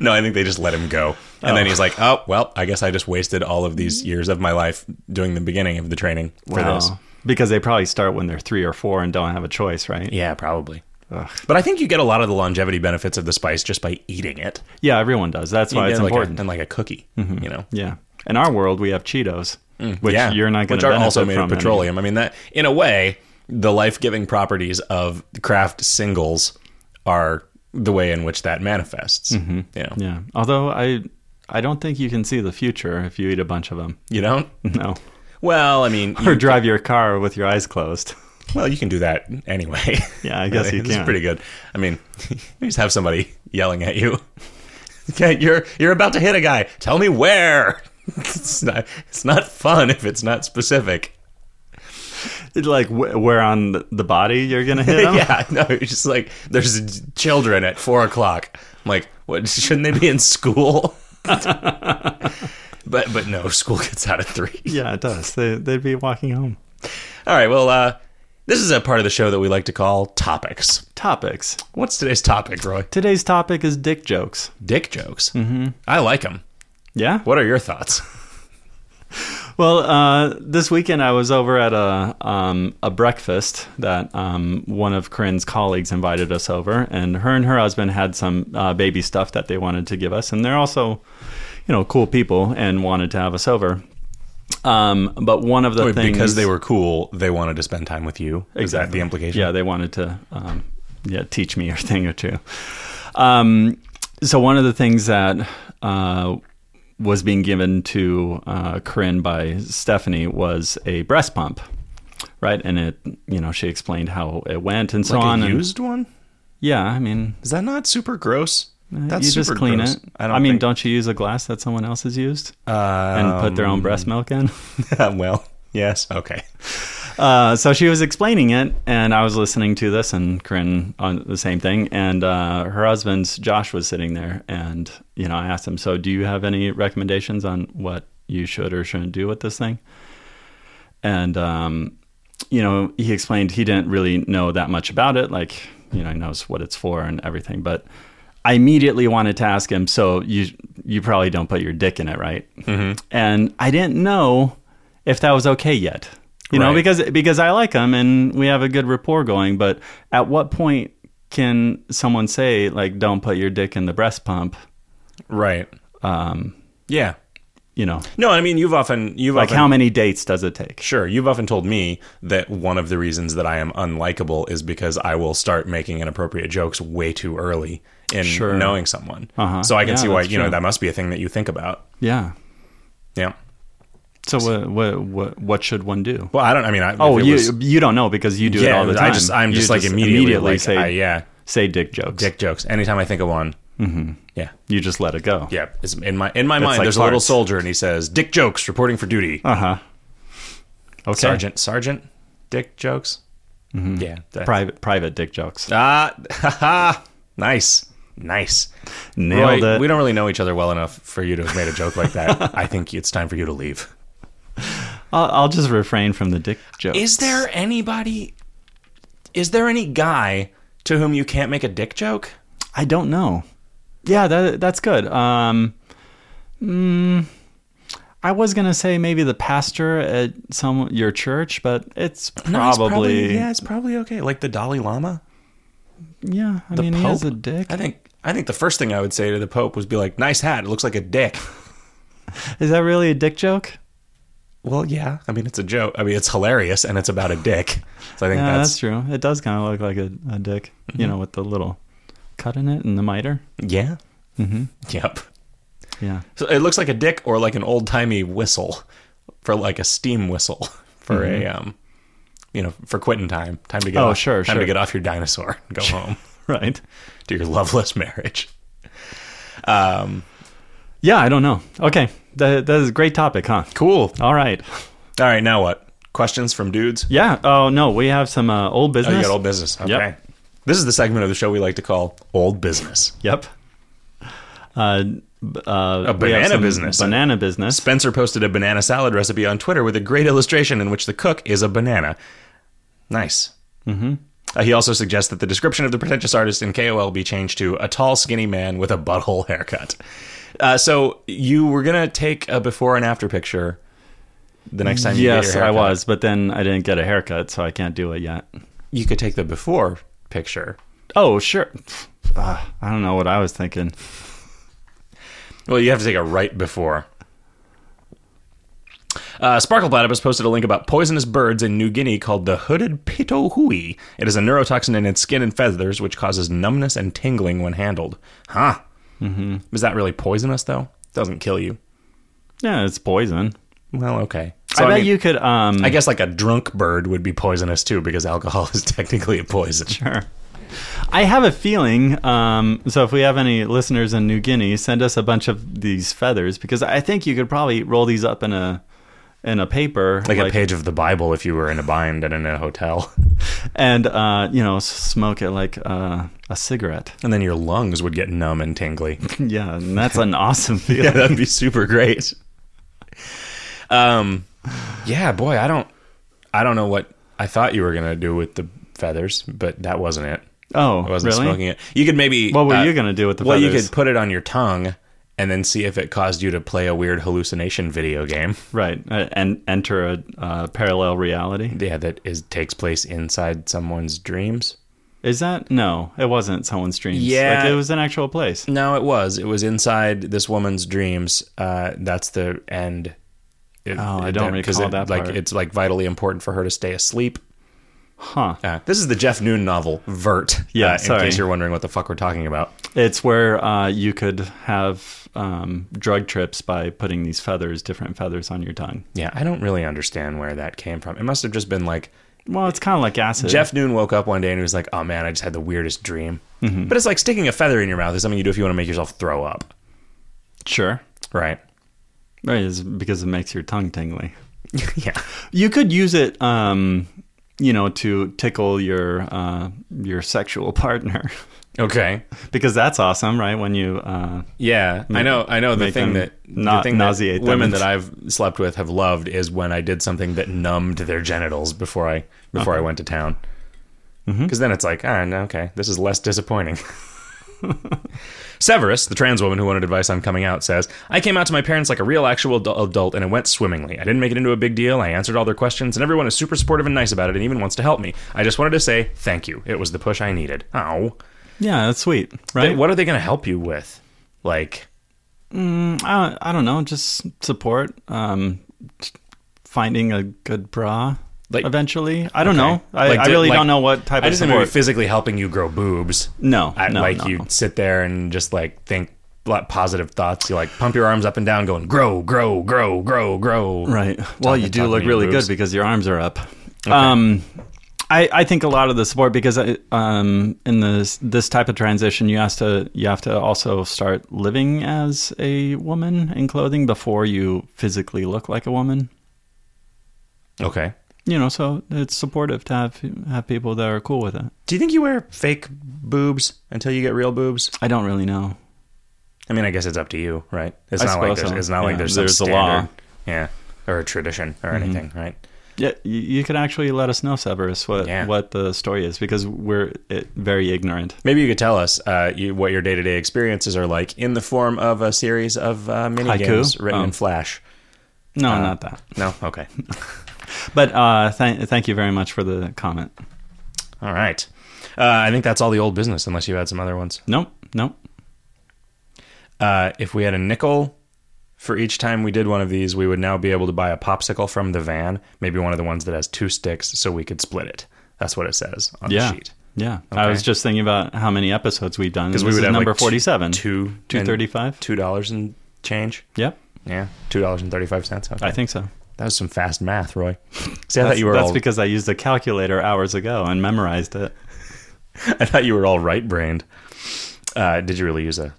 S1: no I think they just let him go and then he's like oh well I guess I just wasted all of these years of my life doing the beginning of the training for this
S2: Wow. Because they probably start when they're three or four and don't have a choice, right?
S1: Yeah, probably. But I think you get a lot of the longevity benefits of the spice just by eating it.
S2: Yeah, everyone does. That's why
S1: You
S2: Oh, it's
S1: get like
S2: important. Mm-hmm.
S1: A, and like a cookie, you know.
S2: yeah. In our world, we have Cheetos, which
S1: Mm, yeah,
S2: you're not going
S1: which
S2: to
S1: are
S2: benefit
S1: also made
S2: from.
S1: of
S2: any-
S1: petroleum. I mean that in a way, the life-giving properties of craft singles are the way in which that manifests. You know,
S2: Mm-hmm. Yeah. Although I I don't think you can see the future if you eat a bunch of them. [LAUGHS]
S1: you don't.
S2: No.
S1: Well, I mean,
S2: Or
S1: you,
S2: drive your car with your eyes closed. [LAUGHS]
S1: well, you can do that anyway.
S2: Yeah, I guess
S1: Really,
S2: you
S1: [LAUGHS] this is
S2: can.
S1: pretty good. I mean, [LAUGHS] you just have somebody yelling at you. [LAUGHS] Okay, you're you're about to hit a guy. Tell me where. [LAUGHS] It's not it's not fun if it's not specific.
S2: It's like wh- where on th- the body you're
S1: [LAUGHS]
S2: gonna hit them.
S1: Yeah, no, it's just like there's children at four o'clock. I'm like, what? [LAUGHS] Shouldn't they be in school? [LAUGHS] but but no, school gets out at three.
S2: Yeah, it does. They, they'd be walking home.
S1: All right, well, uh, this is a part of the show that we like to call topics.
S2: Topics.
S1: What's today's topic, Roy?
S2: Today's topic is dick jokes.
S1: Dick jokes. Mm-hmm. I like them.
S2: Yeah.
S1: What are your thoughts?
S2: Well, uh, this weekend I was over at a um, a breakfast that um, one of Corinne's colleagues invited us over, and her and her husband had some uh, baby stuff that they wanted to give us, and they're also, you know, cool people and wanted to have us over. Um, but one of the
S1: Wait,
S2: things
S1: because they were cool, they wanted to spend time with you. Is that the implication?
S2: Yeah, they wanted to, um, yeah, teach me [LAUGHS] a thing or two. Um, so one of the things that uh, was being given to uh, Corinne by Stephanie was a breast pump, right? And it, you know, she explained how it went and so
S1: Like
S2: on.
S1: a
S2: and-
S1: used one?
S2: yeah, I mean,
S1: Is that not super gross? That's
S2: Uh, you
S1: super
S2: just clean
S1: gross.
S2: it.
S1: I don't.
S2: mean,
S1: think-
S2: don't you use a glass that someone else has used and put their own breast milk in?
S1: Um, [LAUGHS] well, yes. Okay.
S2: Uh, so she was explaining it, and I was listening to this, and Corinne on the same thing, and uh, her husband's Josh was sitting there, and you know I asked him, so do you have any recommendations on what you should or shouldn't do with this thing? And um, you know he explained he didn't really know that much about it, like you know he knows what it's for and everything, but I immediately wanted to ask him, so you you probably don't put your dick in it, right? Mm-hmm. And I didn't know if that was okay yet. You know,
S1: Right.
S2: because because I like them and we have a good rapport going, but at what point can someone say like don't put your dick in the breast pump?
S1: Right.
S2: Um,
S1: Yeah.
S2: you know,
S1: No, I mean you've often you've
S2: like
S1: often,
S2: how many dates does it take?
S1: Sure. You've often told me that one of the reasons that I am unlikable is because I will start making inappropriate jokes way too early in
S2: Sure.
S1: knowing someone.
S2: Uh-huh.
S1: So I can
S2: Yeah,
S1: see why,
S2: that's
S1: you know,
S2: true.
S1: that must be a thing that you think about.
S2: Yeah.
S1: Yeah.
S2: So what what what, what should one do?
S1: Well, I don't, I mean, I,
S2: Oh,
S1: if it
S2: you
S1: was-
S2: you don't know because you do it
S1: yeah,
S2: all the
S1: I
S2: time.
S1: just, I'm
S2: You
S1: just like immediately, like,
S2: say
S1: I- yeah,
S2: say dick jokes.
S1: dick jokes. Anytime I think of one. Mm-hmm. Yeah.
S2: You just let it go.
S1: Yeah. It's in my, in my mind,
S2: like
S1: there's a little
S2: farts.
S1: soldier and he says, dick jokes reporting for duty.
S2: Uh huh. Okay. Mm-hmm.
S1: Sergeant, Sergeant, dick jokes. Yeah. that-
S2: Private private dick jokes.
S1: Ah, [LAUGHS] haha. nice, nice.
S2: Nailed
S1: Roy,
S2: it.
S1: We don't really know each other well enough for you to have made a joke like
S2: [LAUGHS]
S1: that. I think it's time for you to leave.
S2: I'll, I'll just refrain from the dick jokes.
S1: Is there anybody? Is there any guy to whom you can't make a dick joke?
S2: I don't know. Yeah, that that's good. Um, mm, I was gonna say maybe the pastor at some your church, but it's probably,
S1: No, it's yeah, it's probably okay. Like the Dalai Lama,
S2: yeah. I mean, he has a dick.
S1: I think. I think the first thing I would say to the Pope was be like, "Nice hat. It looks like a dick."
S2: Is that really a dick joke?
S1: Well, yeah. I mean, it's a joke. I mean, it's hilarious, and it's about a dick. So I think
S2: Yeah, that's,
S1: that's, Mm-hmm.
S2: true. It does kind of look like a, a dick, you know, with the little cut in it and the miter.
S1: yeah. Mm-hmm. Yep.
S2: Yeah.
S1: [LAUGHS] So it looks like a dick or like an old timey whistle for like a steam whistle [LAUGHS] for a um you know, for quitting time. Time to get
S2: Mm-hmm. Oh,
S1: off,
S2: sure,
S1: time to
S2: sure.
S1: get off your dinosaur and
S2: [LAUGHS]
S1: go home
S2: Right.
S1: to your loveless marriage. Um
S2: Yeah, I don't know. Okay, that that is a great topic, huh?
S1: cool.
S2: All right.
S1: All right, now what? Questions from dudes?
S2: Yeah. Oh no, we have some uh, old
S1: Oh,
S2: business.
S1: you got old business. Okay.
S2: Yep.
S1: This is the segment of the show we like to call old business.
S2: Yep. Uh, b- uh, a
S1: banana business.
S2: Banana business.
S1: Spencer posted a banana salad recipe on Twitter with a great illustration in which the cook is a banana. Nice. Mm-hmm. he also suggests that the description of the pretentious artist in KOL be changed to a tall, skinny man with a butthole haircut. Uh, so you were gonna take a before and after picture the next time you get
S2: yes,
S1: your
S2: I
S1: haircut.
S2: was, but then I didn't get a haircut, so I can't do it yet.
S1: You could take the before picture.
S2: Oh, sure. [SIGHS] Uh, I don't know what I was thinking.
S1: Well, you have to take a right before. Uh, Sparkle Platypus posted a link about poisonous birds in New Guinea called the hooded pitohui. It is a neurotoxin in its skin and feathers, which causes numbness and tingling when handled. Huh. Mm-hmm. Is that really poisonous, though? Doesn't kill you.
S2: Yeah, it's poison.
S1: Well, okay.
S2: I, bet
S1: mean,
S2: you could. Um,
S1: I guess like a drunk bird would be poisonous, too, because alcohol [LAUGHS] is technically a poison.
S2: Sure. I have a feeling. Um, so, if we have any listeners in New Guinea, send us a bunch of these feathers because I think you could probably roll these up in a in a paper,
S1: Like, a page of the Bible if you were in a bind and in a hotel. [LAUGHS]
S2: and uh, you know, s- smoke it like uh,
S1: [LAUGHS]
S2: a cigarette.
S1: And then your lungs would get numb and tingly.
S2: yeah, and that's an awesome feeling.
S1: [LAUGHS] Yeah, that'd be super great. Um, yeah, boy, I don't, I don't know what I thought you were gonna do with the feathers, but that wasn't it.
S2: Oh,
S1: I wasn't
S2: really?
S1: smoking it. You could maybe.
S2: What were
S1: uh,
S2: you gonna do with the
S1: Well, you
S2: feathers?
S1: could put it on your tongue and then see if it caused you to play a weird hallucination video game.
S2: Right, uh, and enter a uh, parallel reality.
S1: Yeah, that is takes place inside someone's dreams.
S2: Is that no? It wasn't someone's dreams.
S1: Yeah.
S2: like, it was an actual place.
S1: No, it was. It was inside this woman's dreams. Uh, that's the end. It-
S2: Oh, I don't
S1: 'cause
S2: recall
S1: it,
S2: that
S1: Like
S2: part.
S1: it's like vitally important for her to stay asleep
S2: Huh?
S1: Uh, this is the Jeff Noon novel, Vert.
S2: Yeah,
S1: uh, in
S2: sorry.
S1: case you're wondering what the fuck we're talking about.
S2: It's where uh, you could have um, drug trips by putting these feathers, different feathers, on your tongue.
S1: Yeah, I don't really understand where that came from. It must have just been like
S2: Well, it's kind of like acid.
S1: Jeff Noon woke up one day and he was like, "Oh man, I just had the weirdest dream." But it's like sticking a feather in your mouth is something you do if you want to make yourself throw up,
S2: sure,
S1: right?
S2: right? Is because it makes your tongue tingly.
S1: yeah,
S2: You could use it, um, you know, to tickle your uh, your sexual [LAUGHS] partner,
S1: okay,
S2: because that's awesome, right? When you uh,
S1: yeah. I know, I know. The
S2: Make
S1: thing
S2: them
S1: that
S2: not
S1: the thing
S2: nauseate
S1: that
S2: them.
S1: women that I've slept with have loved is when I did something that numbed their genitals before I before I went to town.
S2: Mm-hmm.
S1: Because then it's like, ah, no, okay, this is less disappointing. [LAUGHS] Severus, the trans woman who wanted advice on coming out, says, I came out to my parents like a real actual adu- adult and it went swimmingly. I didn't make it into a big deal. I answered all their questions and everyone is super supportive and nice about it and even wants to help me. I just wanted to say thank you. It was the push I needed. Oh.
S2: yeah, that's sweet, right?
S1: What are they going to help you with? Like,
S2: Mm, I, I don't know. Just support. Um, just finding a good bra.
S1: Like-
S2: eventually, I don't
S1: Okay.
S2: know. I,
S1: Like,
S2: I
S1: did-
S2: really
S1: like-
S2: don't know what type
S1: I
S2: of
S1: just remember
S2: support.
S1: physically helping you grow boobs.
S2: no,
S1: I,
S2: no,
S1: like
S2: no.
S1: you sit there and just like think lot- positive thoughts. You like pump your arms up and down, going grow, grow, grow, grow, grow.
S2: Right. Well, you do
S1: talking
S2: look
S1: to your
S2: really
S1: boobs.
S2: good because your arms are up. Um, I, I think a lot of the support because I, um, in this this type of transition, you have to you have to also start living as a woman in clothing before you physically look like a woman.
S1: Okay.
S2: You know, so it's supportive to have have people that are cool with it.
S1: Do you think you wear fake boobs until you get real boobs?
S2: I don't really know.
S1: I mean, I guess it's up to you, right? It's
S2: I
S1: not like
S2: suppose
S1: there's,
S2: so.
S1: it's not
S2: Yeah,
S1: like there's some
S2: there's a
S1: standard,
S2: law. Mm-hmm.
S1: yeah, or a tradition or anything, right?
S2: Yeah, you, you could actually let us know, Severus, what
S1: Yeah.
S2: what the story is because we're eh, very ignorant.
S1: Maybe you could tell us uh, you, what your day to day experiences are like in the form of a series of uh, mini games
S2: Haiku?
S1: written in
S2: Oh.
S1: Flash.
S2: No,
S1: Uh,
S2: not that.
S1: No, okay,
S2: But uh, th- thank you very much for the comment.
S1: all right. Uh, I think that's all the old business, unless you had some other ones.
S2: Nope, nope.
S1: Uh, if we had a nickel for each time we did one of these, we would now be able to buy a popsicle from the van, maybe one of the ones that has two sticks, so we could split it. That's what it says on
S2: yeah.
S1: the sheet.
S2: Yeah. I was just thinking about how many episodes we've done. Because
S1: we would have,
S2: number
S1: like, two-
S2: 47.
S1: Two and
S2: 235.
S1: two dollars and change.
S2: Yep.
S1: Yeah, two dollars and thirty five cents. Okay,
S2: I think so.
S1: that was some fast math, Roy. See, I
S2: That's,
S1: thought you were
S2: that's
S1: all
S2: because I used a calculator hours ago and memorized it.
S1: [LAUGHS] I thought you were all right brained. Uh, did you really use a?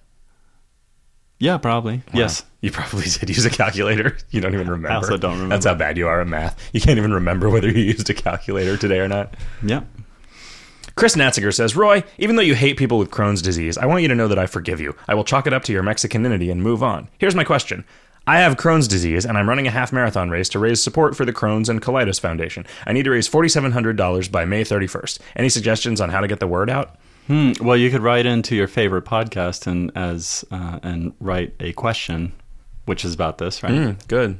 S2: Yeah, probably. Yes.
S1: You probably did use a calculator. You don't even remember.
S2: also don't remember.
S1: That's how bad you are at math. You can't even remember whether you used a calculator today or not.
S2: Yep.
S1: Chris Natziger says, Roy, even though you hate people with Crohn's disease, I want you to know that I forgive you. I will chalk it up to your Mexicanity and move on. Here's my question. I have Crohn's disease, and I'm running a half marathon race to raise support for the Crohn's and Colitis Foundation. I need to raise $4,700 by May 31st. Any suggestions on how to get the word out?
S2: Hmm. Well, you could write into your favorite podcast and as uh, and write a question, which is about this,
S1: Mm-hmm.
S2: right?
S1: Hmm, Good.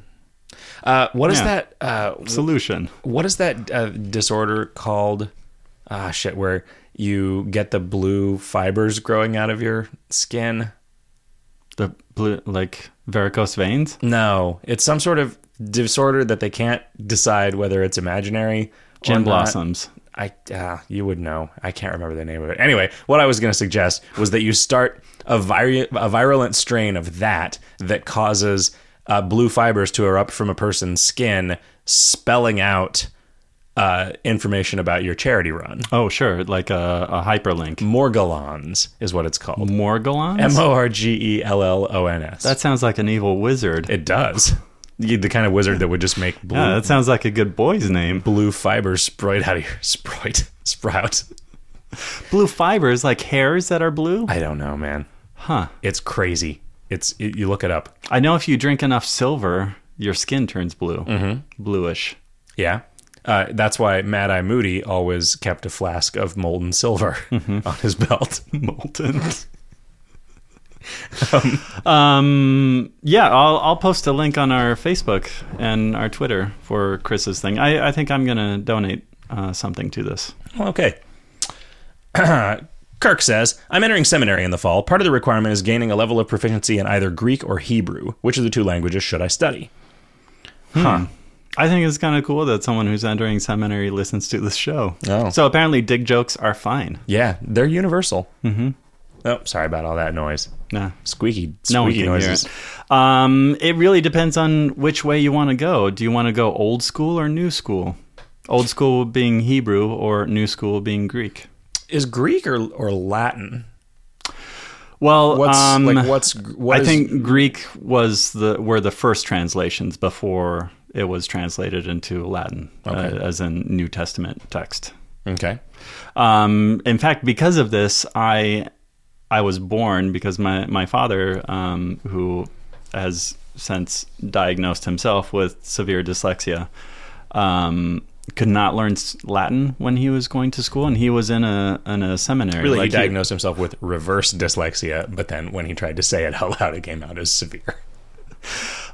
S1: Uh, what is
S2: Yeah.
S1: that? Uh,
S2: Solution.
S1: what is that uh, disorder called? Ah, shit, where you get the blue fibers growing out of your skin?
S2: The blue, like varicose veins.
S1: No, it's some sort of disorder that they can't decide whether it's imaginary. or
S2: Gin
S1: not.
S2: blossoms.
S1: I uh, you would know. I can't remember the name of it. Anyway, what I was going to suggest was that you start a, vir- a virulent strain of that that causes uh, blue fibers to erupt from a person's skin, spelling out uh, information about your charity run.
S2: Oh, sure. Like a, a hyperlink.
S1: Morgellons is what it's called.
S2: Morgulons?
S1: M O R G E L L O N S.
S2: that sounds like an evil wizard.
S1: it does. You- The kind of wizard that would just make blue
S2: yeah, that sounds like a good boy's name.
S1: blue fibers sprout out of your [LAUGHS] sprout sprout.
S2: Blue fibers, like hairs that are blue?
S1: I don't know, man.
S2: Huh.
S1: It's crazy. It's it, you look it up.
S2: I know if you drink enough silver, your skin turns blue. Mm-hmm.
S1: [LAUGHS]
S2: Bluish.
S1: Yeah. Uh, that's why Mad Eye Moody always kept a flask of molten silver [LAUGHS] on his belt.
S2: Molten. [LAUGHS] um, yeah, I'll, I'll post a link on our Facebook and our Twitter for Chris's thing. I, I think I'm going to donate uh, something to this.
S1: Well, Oh, okay. [CLEARS THROAT] Kirk says, I'm entering seminary in the fall. Part of the requirement is gaining a level of proficiency in either Greek or Hebrew. Which of the two languages should I study? Hmm. Huh.
S2: I think it's kind of cool that someone who's entering seminary listens to this show.
S1: Oh.
S2: So apparently, dig jokes are fine.
S1: Yeah, they're universal. Mm-hmm. Oh, sorry about all that noise.
S2: Nah.
S1: Squeaky,
S2: No one
S1: squeaky
S2: can
S1: noises.
S2: hear it. Um, it really depends on which way you want to go. Do you want to go old school or new school? Old school being Hebrew or new school being Greek?
S1: Is Greek or, or Latin?
S2: Well,
S1: What's
S2: um,
S1: like what's what
S2: I
S1: is-
S2: think Greek was the were the first translations before it was translated into Latin,
S1: Okay.
S2: uh, as in New Testament text.
S1: okay.
S2: Um, in fact, because of this, I I was born because my my father, um, who has since diagnosed himself with severe dyslexia, um, could not learn s- Latin when he was going to school, and he was in a in a seminary.
S1: Really,
S2: Like,
S1: he diagnosed himself with reverse dyslexia, but then when he tried to say it out loud, it came out as severe. [LAUGHS]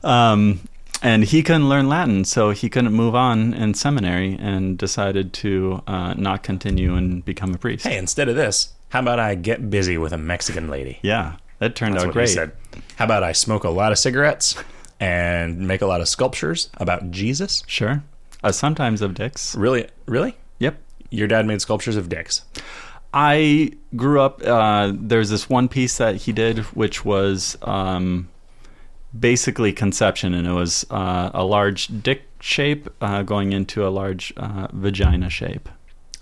S2: um, and he couldn't learn Latin, so he couldn't move on in seminary, and decided to uh, not continue and become a priest.
S1: Hey, instead of this, how about I get busy with a Mexican lady?
S2: Yeah. That turned
S1: That's
S2: out
S1: what
S2: Oh, great.
S1: he said. How about I smoke a lot of cigarettes and make a lot of sculptures about Jesus?
S2: Sure. Uh, sometimes of dicks.
S1: Really? Really?
S2: Yep.
S1: Your dad made sculptures of dicks.
S2: I grew up. Uh, there's this one piece that he did, which was um, basically conception, and it was uh, a large dick shape uh, going into a large uh, vagina shape.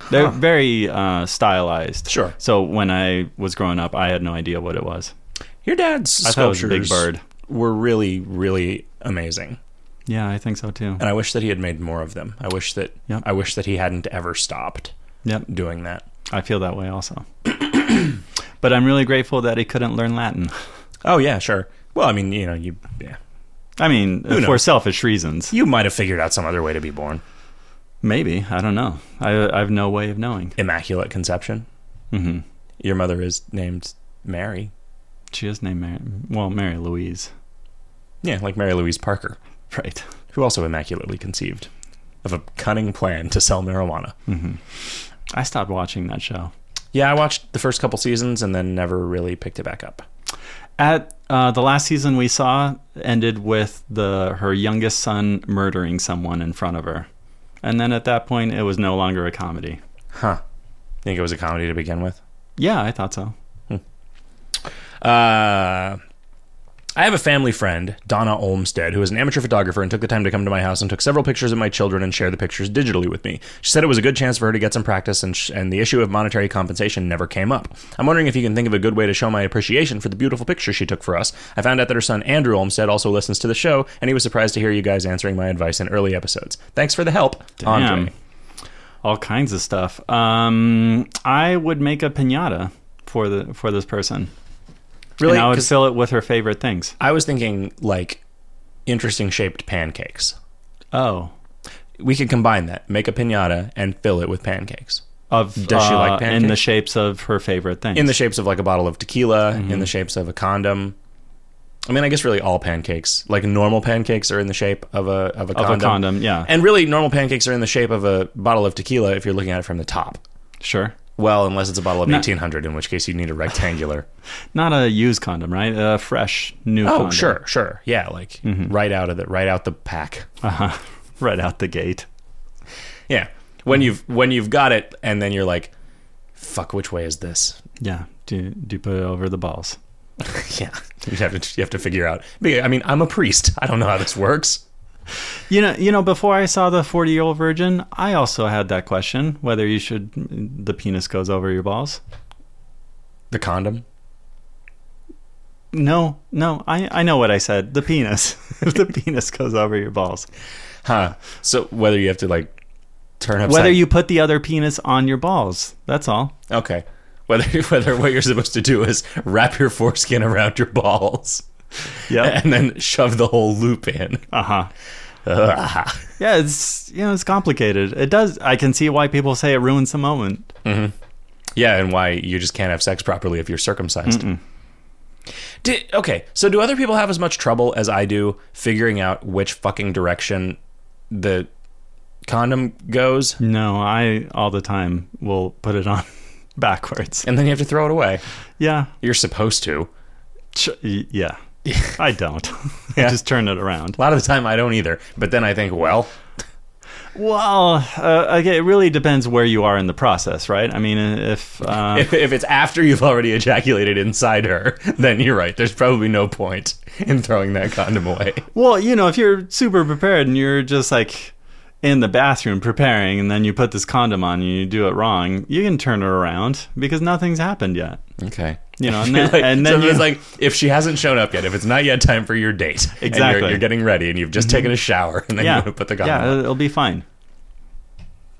S2: They're very uh, stylized.
S1: Sure.
S2: So when I was growing up, I had no idea what it was.
S1: Your dad's
S2: I thought it was
S1: sculptures
S2: a Big Bird.
S1: were really, really amazing.
S2: Yeah, I think so too.
S1: And I wish that he had made more of them. I wish that
S2: Yep.
S1: I wish that he hadn't ever stopped
S2: Yep,
S1: doing that.
S2: I feel that way also. [CLEARS THROAT] but I'm really grateful that he couldn't learn Latin.
S1: Oh yeah, sure. Well, I mean, you know, you yeah.
S2: I mean, for
S1: knows?
S2: selfish reasons.
S1: you might have figured out some other way to be born.
S2: Maybe I don't know. I, I have no way of knowing.
S1: Immaculate conception.
S2: hmm
S1: Your mother is named Mary.
S2: She is named Mary. Well, Mary Louise. [LAUGHS]
S1: Yeah, like Mary Louise Parker,
S2: Right.
S1: who also immaculately conceived of a cunning plan to sell marijuana.
S2: I stopped watching that show.
S1: Yeah, I watched the first couple seasons and then never really picked it back up.
S2: At uh, the last season we saw ended with the her youngest son murdering someone in front of her, and then at that point it was no longer a comedy.
S1: Huh. Think it was a comedy to begin with?
S2: Yeah, I thought so.
S1: Uh, I have a family friend, Donna Olmstead, who is an amateur photographer and took the time to come to my house and took several pictures of my children and share the pictures digitally with me. She said it was a good chance for her to get some practice, and, sh- and the issue of monetary compensation never came up. I'm wondering if you can think of a good way to show my appreciation for the beautiful picture she took for us. I found out that her son, Andrew Olmstead, also listens to the show, and he was surprised to hear you guys answering my advice in early episodes. Thanks for the help, Andre.
S2: Damn. All kinds of stuff. Um, I would make a pinata for the for this person.
S1: Really?
S2: And I would
S1: 'Cause
S2: fill it with her favorite things.
S1: I was thinking, like, interesting shaped pancakes.
S2: Oh,
S1: we could combine that, make a pinata, and fill it with pancakes
S2: of
S1: Does she like
S2: uh, in
S1: pancakes?
S2: the shapes of her favorite things.
S1: in the shapes of like a bottle of tequila,
S2: Mm-hmm.
S1: in the shapes of a condom. I mean, I guess really all pancakes, like normal pancakes, are in the shape of a of a
S2: of
S1: condom.
S2: a condom. Yeah,
S1: And really, normal pancakes are in the shape of a bottle of tequila if you're looking at it from the top.
S2: sure.
S1: Well, unless it's a bottle of
S2: No.
S1: 1800, in which case you need a
S2: [LAUGHS]
S1: rectangular.
S2: Not a used condom, right? A fresh new.
S1: oh,
S2: condom. Mm-hmm.
S1: sure, sure, yeah, like right out of the right out the pack.
S2: [LAUGHS] Uh-huh. Right out the gate.
S1: Yeah,
S2: Mm-hmm.
S1: when you've when you've got it, and then you're like, "Fuck, which way is this?" [LAUGHS]
S2: Yeah. Do do put it over the balls.
S1: Yeah, you have to you have to figure out. But yeah, I mean, I'm a priest. I don't know how this works.
S2: You know, you know. Before I saw the forty-year-old virgin, I also had that question whether you should the penis goes over your balls.
S1: The condom.
S2: No, no. I I know what I said. The penis. [LAUGHS] the penis goes over your balls.
S1: Huh. So whether you have to like turn upside.
S2: Whether you put the other penis on your balls. That's all.
S1: okay. Whether [LAUGHS] whether what you're supposed to do is wrap your foreskin around your balls
S2: Yeah. [LAUGHS]
S1: and then shove the whole loop in. [LAUGHS]
S2: uh huh.
S1: Ugh.
S2: Yeah, it's you know it's complicated. It does. I can see why people say it ruins the moment.
S1: Yeah, and why you just can't have sex properly if you're circumcised. Di- okay, so do other people have as much trouble as I do figuring out which fucking direction the condom goes?
S2: No, I all the time will put it on [LAUGHS] backwards.
S1: And then you have to throw it away.
S2: Yeah,
S1: You're supposed to.
S2: Ch- y- yeah.
S1: [LAUGHS]
S2: I don't.
S1: Yeah.
S2: I just turn it around.
S1: A lot of the time, I don't either. But then I think, well,
S2: Well, uh, okay, it really depends where you are in the process, right? I mean,
S1: [LAUGHS]
S2: if uh,
S1: if, if it's after you've already ejaculated inside her, then you're right. There's probably no point in throwing that condom away.
S2: well, you know, if you're super prepared and you're just like in the bathroom preparing, and then you put this condom on and you do it wrong, you can turn it around because nothing's happened yet.
S1: Okay.
S2: You know, and then,
S1: [LAUGHS] like,
S2: and then
S1: so
S2: you,
S1: it's like if she hasn't shown up yet, if it's not yet time for your date, and you're- you're,
S2: Exactly. Mm-hmm.
S1: getting ready and you've just taken a shower, and then you
S2: yeah,
S1: want to put the
S2: yeah, uh,
S1: condom.
S2: it'll be fine.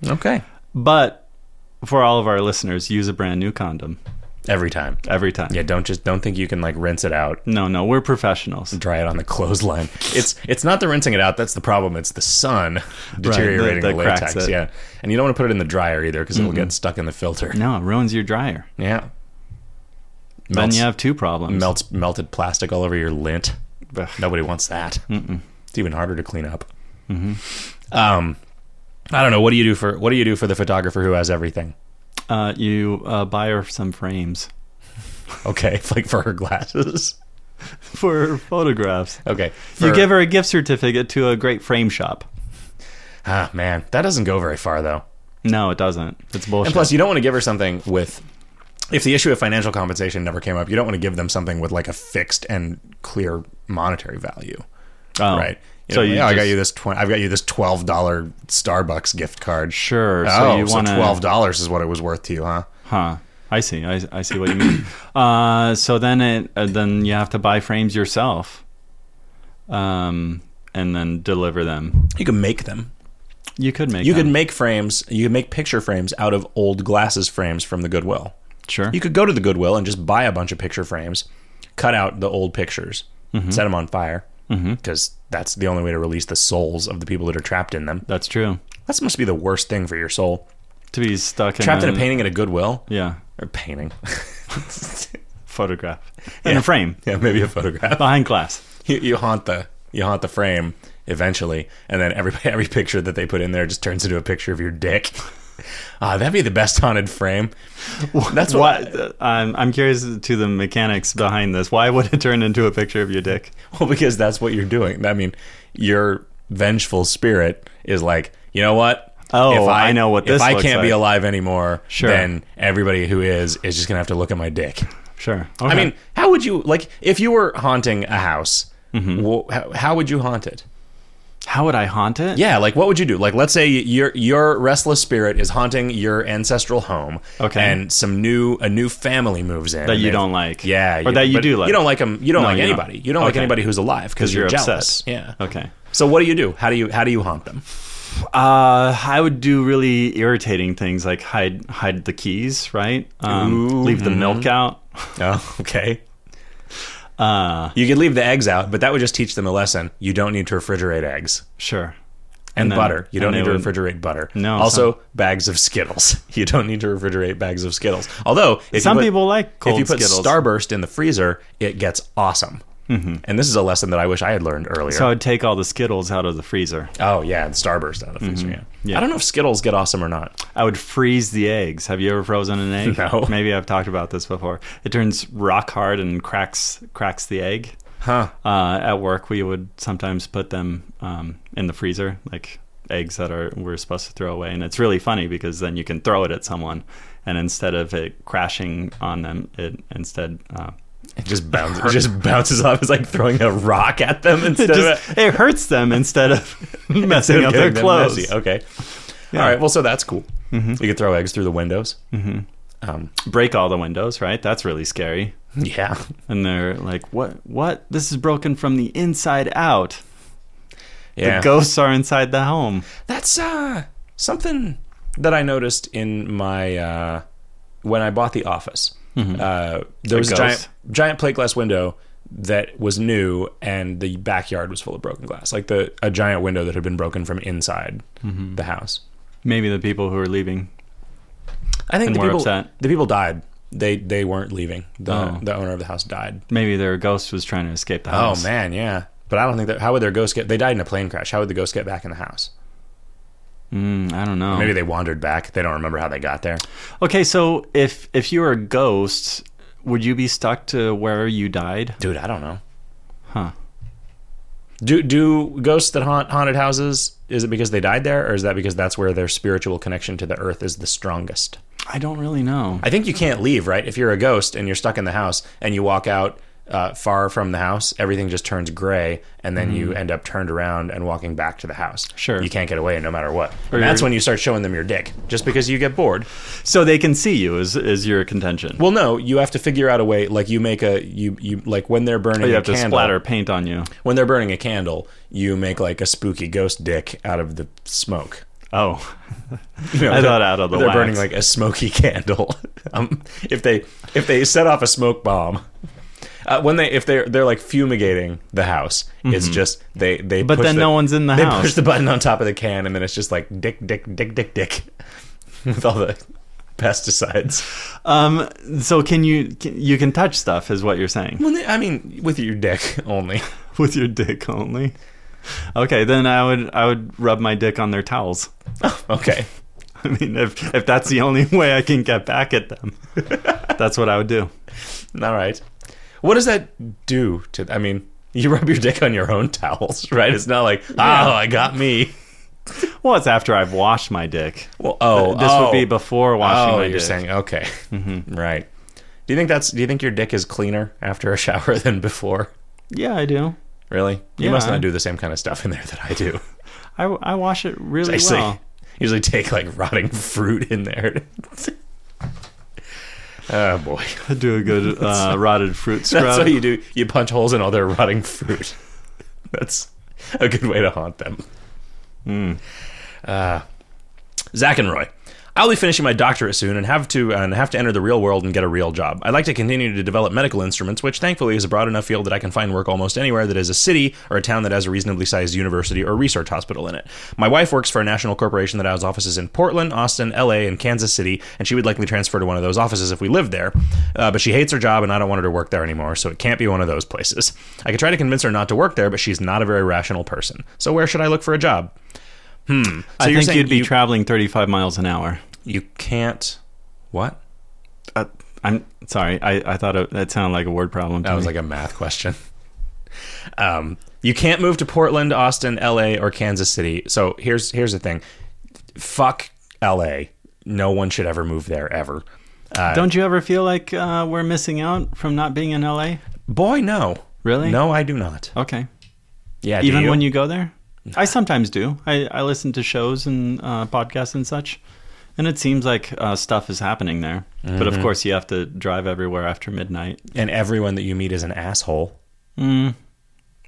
S1: on. Okay.
S2: But for all of our listeners, use a brand new condom
S1: Every time.
S2: every time.
S1: Yeah. Don't just don't think you can like rinse it out.
S2: No, no, we're professionals.
S1: Dry it on the clothesline. It's it's not the rinsing it out. That's the problem. It's the sun deteriorating
S2: that
S1: the
S2: cracks
S1: latex.
S2: it.
S1: Yeah, and you don't want to put it in the dryer either because it'll get stuck in the filter.
S2: No, it ruins your dryer.
S1: Mm-hmm. Yeah.
S2: Then
S1: Melts,
S2: you have two problems.
S1: melts melted plastic all over your lint.
S2: Ugh.
S1: Nobody wants that. It's even harder to clean up.
S2: Mm-hmm.
S1: Um, I don't know. What do you do for what do you do for the photographer who has everything?
S2: Uh, you uh, buy her some frames. [LAUGHS]
S1: Okay, [LAUGHS] like for her glasses.
S2: for her photographs.
S1: Okay,
S2: You
S1: for-
S2: give her a gift certificate to a great frame shop.
S1: Ah, man, that doesn't go very far though.
S2: No, it doesn't. It's bullshit.
S1: And plus, you don't want to give her something with. If the issue of financial compensation never came up, you don't want to give them something with like a fixed and clear monetary value,
S2: Oh.
S1: right? You
S2: so
S1: know,
S2: you
S1: "Yeah, I got
S2: just-
S1: you this twenty. I've got you this twelve dollar Starbucks gift card.
S2: Sure.
S1: oh,
S2: so you
S1: so
S2: want to
S1: twelve dollars is what it was worth to you, huh?
S2: Huh. I see. I, I see what you mean. [COUGHS] uh, so then it uh, then you have to buy frames yourself, um, and then deliver them.
S1: You can make them.
S2: You could make.
S1: You
S2: them.
S1: could make frames. You could make picture frames out of old glasses frames from the Goodwill.
S2: sure.
S1: You could go to the Goodwill and just buy a bunch of picture frames, cut out the old pictures, set them on fire, because that's the only way to release the souls of the people that are trapped in them.
S2: That's true.
S1: That must be the worst thing for your soul.
S2: To be stuck in
S1: Trapped in a
S2: an-
S1: painting at a Goodwill
S2: Yeah,
S1: or painting. [LAUGHS]
S2: photograph in a frame
S1: yeah, maybe a photograph.
S2: behind glass.
S1: You, you haunt the you haunt the frame eventually, and then every [LAUGHS] every picture that they put in there just turns into a picture of your dick. Ah, that'd be the best haunted frame. That's what.
S2: What? uh, I'm I'm curious to the mechanics behind this. Why would it turn into a picture of your dick?
S1: Well, because that's what you're doing. I mean, your vengeful spirit is like, you know what?
S2: Oh, I know what
S1: If
S2: this
S1: I
S2: looks
S1: can't be
S2: like."
S1: alive anymore,
S2: Sure.
S1: then everybody who is is just gonna have to look at my dick.
S2: Sure.
S1: I
S2: Okay.
S1: mean, how would you like if you were haunting a house?
S2: Mm-hmm.
S1: wh- how, how would you haunt it?
S2: how would I haunt it?
S1: Yeah, like what would you do? Like, let's say your your restless spirit is haunting your ancestral home.
S2: Okay.
S1: and some new a new family moves in
S2: That
S1: and
S2: you
S1: they've-
S2: don't like.
S1: Yeah,
S2: Or that you
S1: but
S2: do like.
S1: You don't like them. You don't
S2: No,
S1: like
S2: you don't.
S1: anybody. You don't like
S2: Okay.
S1: anybody who's alive because
S2: you're
S1: jealous.
S2: obsessed.
S1: Yeah.
S2: Okay.
S1: So what do you do? How do you how do you haunt them?
S2: Uh, I would do really irritating things like hide hide the keys, right? Um,
S1: Ooh. mm-hmm.
S2: leave the milk out. [LAUGHS]
S1: Oh, okay.
S2: Uh,
S1: You could leave the eggs out, but that would just teach them a lesson. You don't need to refrigerate eggs
S2: sure.
S1: and,
S2: And then-
S1: butter. You don't
S2: and
S1: need
S2: they
S1: to
S2: would-
S1: refrigerate butter.
S2: No,
S1: Also, bags of Skittles. [LAUGHS] You don't need to refrigerate bags of Skittles. Although, if
S2: Some
S1: you put,
S2: people like cold
S1: if you put
S2: Skittles. Mm-hmm.
S1: Starburst in the freezer, it gets awesome. And this is a lesson that I wish I had learned earlier.
S2: so I'd take all the Skittles out of the freezer.
S1: oh yeah, the Starburst out of the freezer. Yeah.
S2: Mm-hmm. Yeah.
S1: I don't know if Skittles get awesome or not.
S2: I would freeze the eggs. Have you ever frozen an
S1: [LAUGHS]
S2: egg?
S1: No.
S2: Maybe I've talked about this before. It turns rock hard and cracks cracks the egg.
S1: Huh.
S2: Uh, at work, we would sometimes put them um, in the freezer, like eggs that are we're supposed to throw away. And it's really funny because then you can throw it at someone, and instead of it crashing on them, it instead
S1: [LAUGHS]
S2: uh,
S1: It just
S2: [LAUGHS]
S1: bounces. It just bounces off. It's like throwing a rock at them
S2: it,
S1: instead of a,
S2: [LAUGHS] just, it hurts them instead
S1: [LAUGHS]
S2: of [LAUGHS] messing up their
S1: Getting them
S2: clothes.
S1: messy. Okay. All right. Well, so that's cool.
S2: Mm-hmm.
S1: You could throw eggs through the windows. Mm-hmm. Um,
S2: Break all the windows, right? That's really scary.
S1: yeah.
S2: And they're like, "What? What? This is broken from the inside out."
S1: Yeah.
S2: The ghosts are inside the home.
S1: that's uh, something that I noticed in my uh, when I bought the office. Uh, there
S2: A
S1: was a
S2: ghost?
S1: giant giant plate glass window that was new, and the backyard was full of broken glass, like the a giant window that had been broken from inside the house.
S2: Maybe the people who are leaving.
S1: I think
S2: And
S1: the
S2: were
S1: people
S2: upset.
S1: the people died. They they weren't leaving. The
S2: Oh.
S1: the owner of the house died.
S2: Maybe their ghost was trying to escape the
S1: Oh
S2: house.
S1: man, yeah. But I don't think that. How would their ghost get? They died in a plane crash. How would the ghost get back in the house?
S2: Mm, I don't know.
S1: Maybe they wandered back. They don't remember how they got there.
S2: Okay, so if if you were a ghost, would you be stuck to where you died?
S1: Dude, I don't know.
S2: Huh.
S1: Do do ghosts that haunt haunted houses? Is it because they died there, or is that because that's where their spiritual connection to the earth is the strongest?
S2: I don't really know.
S1: I think you can't leave, right? If you're a ghost and you're stuck in the house and you walk out uh, far from the house, everything just turns gray, and then you end up turned around and walking back to the house.
S2: Mm. Sure.
S1: you can't get away no matter what.
S2: Or
S1: And that's
S2: you're-
S1: when you start showing them your dick, just because you get bored.
S2: So they can see you is is your contention.
S1: Well, no, you have to figure out a way. Like you make a you you like when they're burning
S2: Oh, you
S1: a
S2: have to
S1: candle.
S2: splatter paint on you.
S1: When they're burning a candle, you make like a spooky ghost dick out of the smoke.
S2: Oh,
S1: You know,
S2: I thought
S1: they're-
S2: out of the
S1: They're
S2: wax.
S1: burning like a smoky [LAUGHS] candle. um, if they if they set off a smoke bomb. Uh, when they if they're they're like fumigating the house, it's just they they
S2: Mm-hmm. But
S1: push
S2: then
S1: the-
S2: no one's in the
S1: they
S2: house.
S1: push the button on top of the can and then it's just like dick dick dick dick dick [LAUGHS] with all the pesticides.
S2: um. So can you can, you can touch stuff is what you're
S1: [LAUGHS]
S2: saying
S1: Well, I mean, with your dick only. [LAUGHS]
S2: with your dick only. Okay, then I would I would rub my dick on their towels. [LAUGHS]
S1: Okay.
S2: [LAUGHS] I mean, if if that's the only way I can get back at them, that's what I would do.
S1: All right. What does that do to? I mean, you [LAUGHS] rub your dick on your own towels, [LAUGHS] right? It's not like, oh, I got me.
S2: Well, it's after I've washed my dick.
S1: Well, oh,
S2: this
S1: oh.
S2: would be before washing
S1: Oh,
S2: my
S1: you're
S2: dick.
S1: saying okay, Mm-hmm. [LAUGHS] right? Do you think that's? Do you think your dick is cleaner after a [LAUGHS] shower than before?
S2: yeah, I do.
S1: Really? You
S2: Yeah.
S1: must not do the same kind of stuff in there that I do.
S2: I, I wash it
S1: [LAUGHS]
S2: really
S1: I see.
S2: well.
S1: Usually take like rotting fruit in there. [LAUGHS] oh boy,
S2: [LAUGHS] I do a [LAUGHS] good uh, rotted fruit scrub.
S1: that's what you do. You punch holes in all their rotting fruit. [LAUGHS] that's a good way to haunt them. Zach and Roy. I'll be finishing my doctorate soon and have to and have to enter the real world and get a real job. I'd like to continue to develop medical instruments, which thankfully is a broad enough field that I can find work almost anywhere that is a city or a town that has a reasonably sized university or research hospital in it. My wife works for a national corporation that has offices in Portland, Austin, LA, and Kansas City, and she would likely transfer to one of those offices if we lived there. Uh, but she hates her job and I don't want her to work there anymore, so it can't be one of those places. I could try to convince her not to work there, but she's not a very rational person. So where should I look for a job? Hmm. So
S2: I
S1: you're
S2: think
S1: saying
S2: you'd be
S1: you-
S2: traveling 35 miles an hour.
S1: you can't. What?
S2: Uh, I'm sorry. I, I thought it, that sounded like a word problem. To
S1: That was
S2: me.
S1: like a math question. [LAUGHS] Um, you can't move to Portland, Austin, L.A., or Kansas City. So here's here's the thing. Fuck L.A. No one should ever move there ever.
S2: Don't you ever feel like uh, we're missing out from not being in LA?
S1: Boy, no.
S2: Really?
S1: No, I do not.
S2: Okay.
S1: Yeah.
S2: Even
S1: do you?
S2: when you go there? I sometimes do. I, I listen to shows and uh, podcasts and such, and it seems like uh, stuff is happening there. But
S1: Mm-hmm.
S2: of course, you have to drive everywhere after midnight. Mm,
S1: and everyone that you meet is an asshole.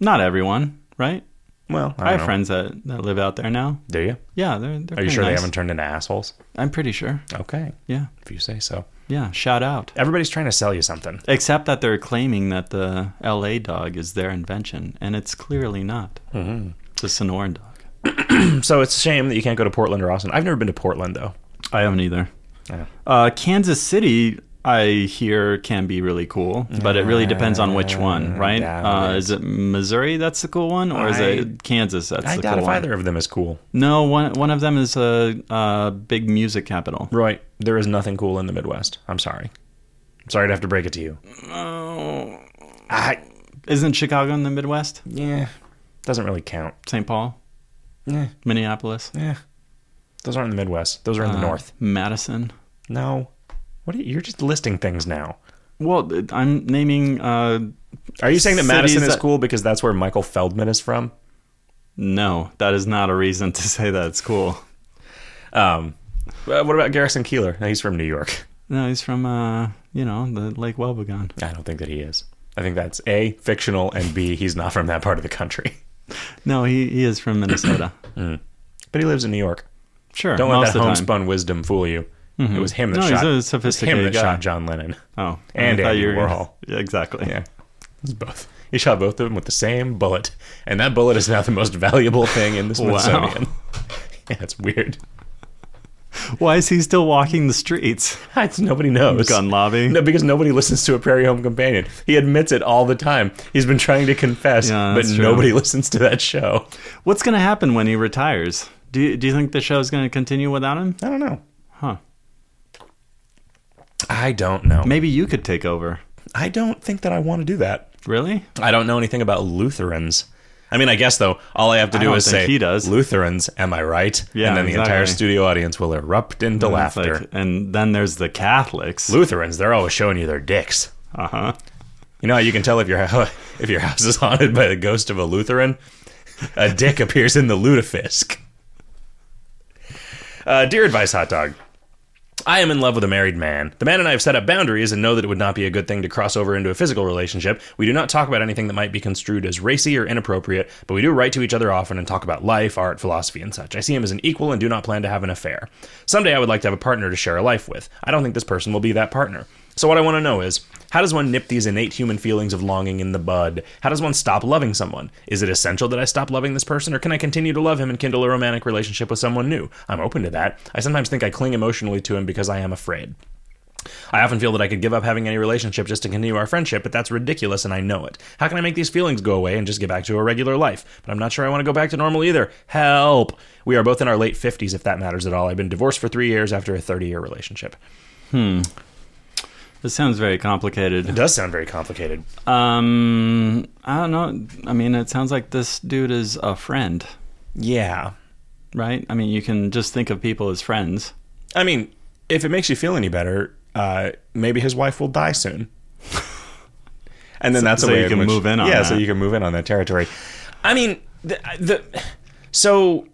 S2: Not everyone, right?
S1: Well, I,
S2: I,
S1: don't
S2: have
S1: know.
S2: friends that, that live out there now.
S1: Do you?
S2: Yeah, they're, they're
S1: Are you
S2: pretty
S1: sure they
S2: nice.
S1: haven't turned into assholes?
S2: I'm pretty sure.
S1: Okay,
S2: Yeah,
S1: if you say so.
S2: yeah. Shout out.
S1: Everybody's trying to sell you something. [CLEARS THROAT]
S2: Except that they're claiming that the LA dog is their invention, and it's clearly not. Mm-hmm. It's a Sonoran dog.
S1: So it's a shame that you can't go to Portland or Austin. I've never been to Portland though.
S2: I haven't either.
S1: Yeah.
S2: Uh, Kansas City, I hear, can be really cool, but it really depends on which one,
S1: Mm,
S2: right?
S1: doubt
S2: Uh, is it Missouri that's the cool one, or is
S1: I-
S2: it Kansas that's
S1: I
S2: the
S1: doubt
S2: cool
S1: if
S2: one?
S1: either of them is cool.
S2: No, one one of them is a, a big music capital.
S1: Roy, there is nothing cool in the Midwest. I'm sorry. I'm sorry to have to break it to you. I,
S2: Oh. Isn't Chicago in the Midwest?
S1: yeah, doesn't really count.
S2: St. Paul,
S1: Yeah,
S2: Minneapolis,
S1: yeah. Those aren't in the Midwest. Those are in the
S2: uh,
S1: North.
S2: Madison.
S1: No. What are you, you're just listing things now.
S2: Well, th- I'm naming. Uh,
S1: Are you saying that
S2: Cities
S1: Madison is
S2: that-
S1: cool because that's where Michael Feldman is from?
S2: no, that is not a reason to say that it's cool.
S1: Um, uh, what about Garrison Keeler? No, he's from New York. [LAUGHS]
S2: No, he's from uh, you know the Lake Wobegon.
S1: I don't think that he is. I think that's A, fictional, and B, he's not from that part of the country. [LAUGHS]
S2: No, he, he is
S1: [CLEARS THROAT]
S2: from Minnesota.
S1: But he lives in New York.
S2: sure,
S1: Don't
S2: most
S1: let that
S2: of the time. Mm-hmm.
S1: homespun wisdom fool you. It was him that
S2: No, he's
S1: shot. it was
S2: a
S1: him that
S2: sophisticated guy.
S1: shot John Lennon.
S2: Oh,
S1: And
S2: I thought
S1: Andy
S2: you were gonna-
S1: Warhol.
S2: [LAUGHS] Yeah, exactly.
S1: Yeah, it's both. He shot both of them with the same bullet, and that bullet is now the most valuable thing in the
S2: [LAUGHS] Wow.
S1: Smithsonian. [LAUGHS] yeah, it's weird. [LAUGHS]
S2: Why is he still walking the streets?
S1: It's, nobody knows.
S2: Gun lobby.
S1: No, because nobody listens to a Prairie Home Companion. He admits it all the time. He's been trying to confess,
S2: Yeah,
S1: but
S2: that's true.
S1: nobody [LAUGHS] listens to that show.
S2: What's going to happen when he retires? Do you, do you think the show's going to continue without him?
S1: I don't know.
S2: Huh.
S1: I don't know.
S2: Maybe you could take over.
S1: I don't think that I want to do that.
S2: Really?
S1: I don't know anything about Lutherans. I mean, I guess though, all I have to do
S2: don't
S1: is
S2: think
S1: say
S2: he does.
S1: Lutherans. Am I right?
S2: Yeah,
S1: and then the entire
S2: exactly.
S1: studio audience will erupt into
S2: It's
S1: laughter.
S2: like- and then there's the Catholics.
S1: Lutherans, they're always showing you their dicks.
S2: Uh huh.
S1: You know how you can tell if your [LAUGHS] if your house is haunted by the ghost of a Lutheran? A dick appears in the lutefisk. Uh, dear advice, hot dog. I am in love with a married man. The man and I have set up boundaries and know that it would not be a good thing to cross over into a physical relationship. We do not talk about anything that might be construed as racy or inappropriate, but we do write to each other often and talk about life, art, philosophy, and such. I see him as an equal and do not plan to have an affair. Someday I would like to have a partner to share a life with. I don't think this person will be that partner. So, what I want to know is how does one nip these innate human feelings of longing in the bud? How does one stop loving someone? Is it essential that I stop loving this person, or can I continue to love him and kindle a romantic relationship with someone new? I'm open to that. I sometimes think I cling emotionally to him because I am afraid. I often feel that I could give up having any relationship just to continue our friendship, but that's ridiculous and I know it. How can I make these feelings go away and just get back to a regular life? But I'm not sure I want to go back to normal either. Help! We are both in our late 50s, if that matters at all. I've been divorced for three years after a 30 year relationship.
S2: This sounds very
S1: It
S2: complicated.
S1: does sound very complicated.
S2: Um, I don't know. I mean, it sounds like this dude is a friend,
S1: Yeah.
S2: right? I mean, you can just think of people as friends.
S1: I mean, if it makes you feel any better, uh, maybe his wife will die soon. [LAUGHS] And then that's a
S2: so
S1: way
S2: you
S1: in
S2: can
S1: which-
S2: move in on
S1: Yeah, so
S2: that.
S1: you can move in on that territory. I mean, the, the so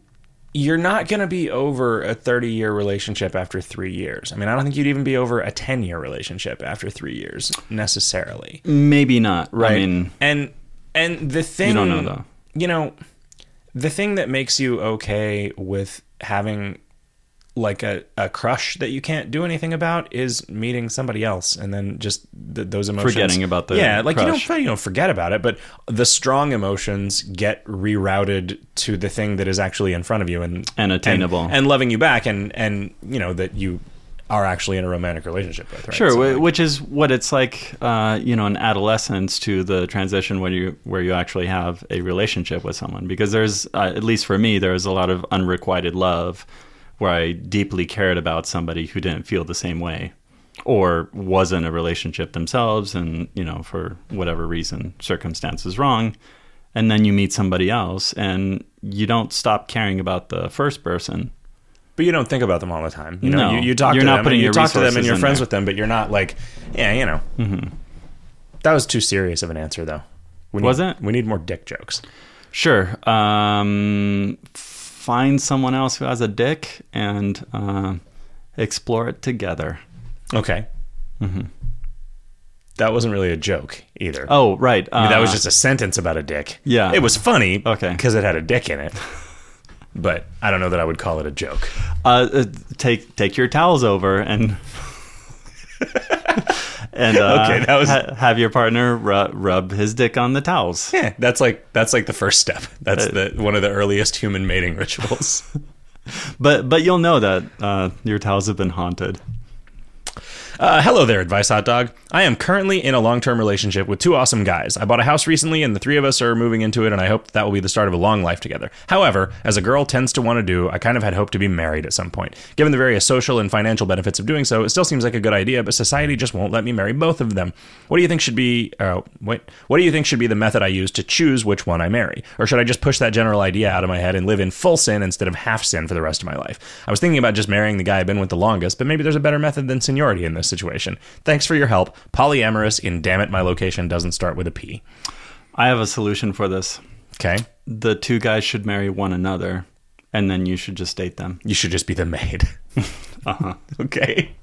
S1: you're not going to be over a 30 year relationship after three years. I mean, I don't think you'd even be over a 10 year relationship after three years necessarily.
S2: Maybe not. I mean,
S1: and and the thing
S2: don't know, though.
S1: You know, the thing that makes you okay with having like a, a crush that you can't do anything about is meeting somebody else and then just th- those emotions
S2: Forgetting about the
S1: yeah like you
S2: crush.
S1: don't you don't forget about it but the strong emotions get rerouted to the thing that is actually in front of you and
S2: And attainable.
S1: and, and loving you back and and you know that you are actually in a romantic relationship with right
S2: sure,
S1: So,
S2: wh-
S1: like-
S2: which is what it's like, uh, you know, in adolescence to the transition where you where you actually have a relationship with someone. Because there's, uh, at least for me, there was a lot of unrequited love where I deeply cared about somebody who didn't feel the same way or was in a relationship themselves and you know for whatever reason circumstance is wrong and then you meet somebody else and you don't stop caring about the first person
S1: But you don't think about them all the time. You know,
S2: No.
S1: you, you talk
S2: You're
S1: to
S2: not
S1: them,
S2: putting
S1: and you
S2: your
S1: talk to them, and
S2: resources
S1: you're
S2: in
S1: friends
S2: there. Mm-hmm.
S1: with them, but you're not like, yeah, you know. That was too serious of an answer, though. We
S2: Was
S1: need,
S2: it?
S1: We need more dick jokes.
S2: Sure. Um, find someone else who has a dick and uh, explore it together.
S1: Okay. That wasn't really a joke either.
S2: Mm-hmm. Oh, right. Uh,
S1: I mean, that was just a sentence about a dick.
S2: Yeah.
S1: it was funny.
S2: Okay.
S1: because it had a dick
S2: [LAUGHS]
S1: in it. But I don't know that I would call it a joke.
S2: uh, uh, take take your towels over and [LAUGHS] and uh,
S1: Okay, that was-
S2: ha- have your partner ru- rub his dick on the towels.
S1: Yeah, that's like that's like the first step. That's
S2: Uh,
S1: the one of the earliest human mating rituals.
S2: But but you'll know that uh, your towels have been haunted.
S1: Uh, hello there, Advice Hot Dog. I am currently in a long term relationship with two awesome guys. I bought a house recently, and the three of us are moving into it, and I hope that will be the start of a long life together. However, as a girl tends to want to do, I kind of had hoped to be married at some point. Given the various social and financial benefits of doing so, it still seems like a good idea, but society just won't let me marry both of them. What do you think should be? Uh, wait, what do you think should be the method I use to choose which one I marry, or should I just push that general idea out of my head and live in full sin instead of half sin for the rest of my life? I was thinking about just marrying the guy I've been with the longest, but maybe there's a better method than seniority in this situation. Thanks for your help. Polyamorous in damn it, my location doesn't start with a P.
S2: I have a solution for this.
S1: Okay,
S2: The two guys should marry one another, and then you should just date them.
S1: you should just be the maid. [LAUGHS] Okay.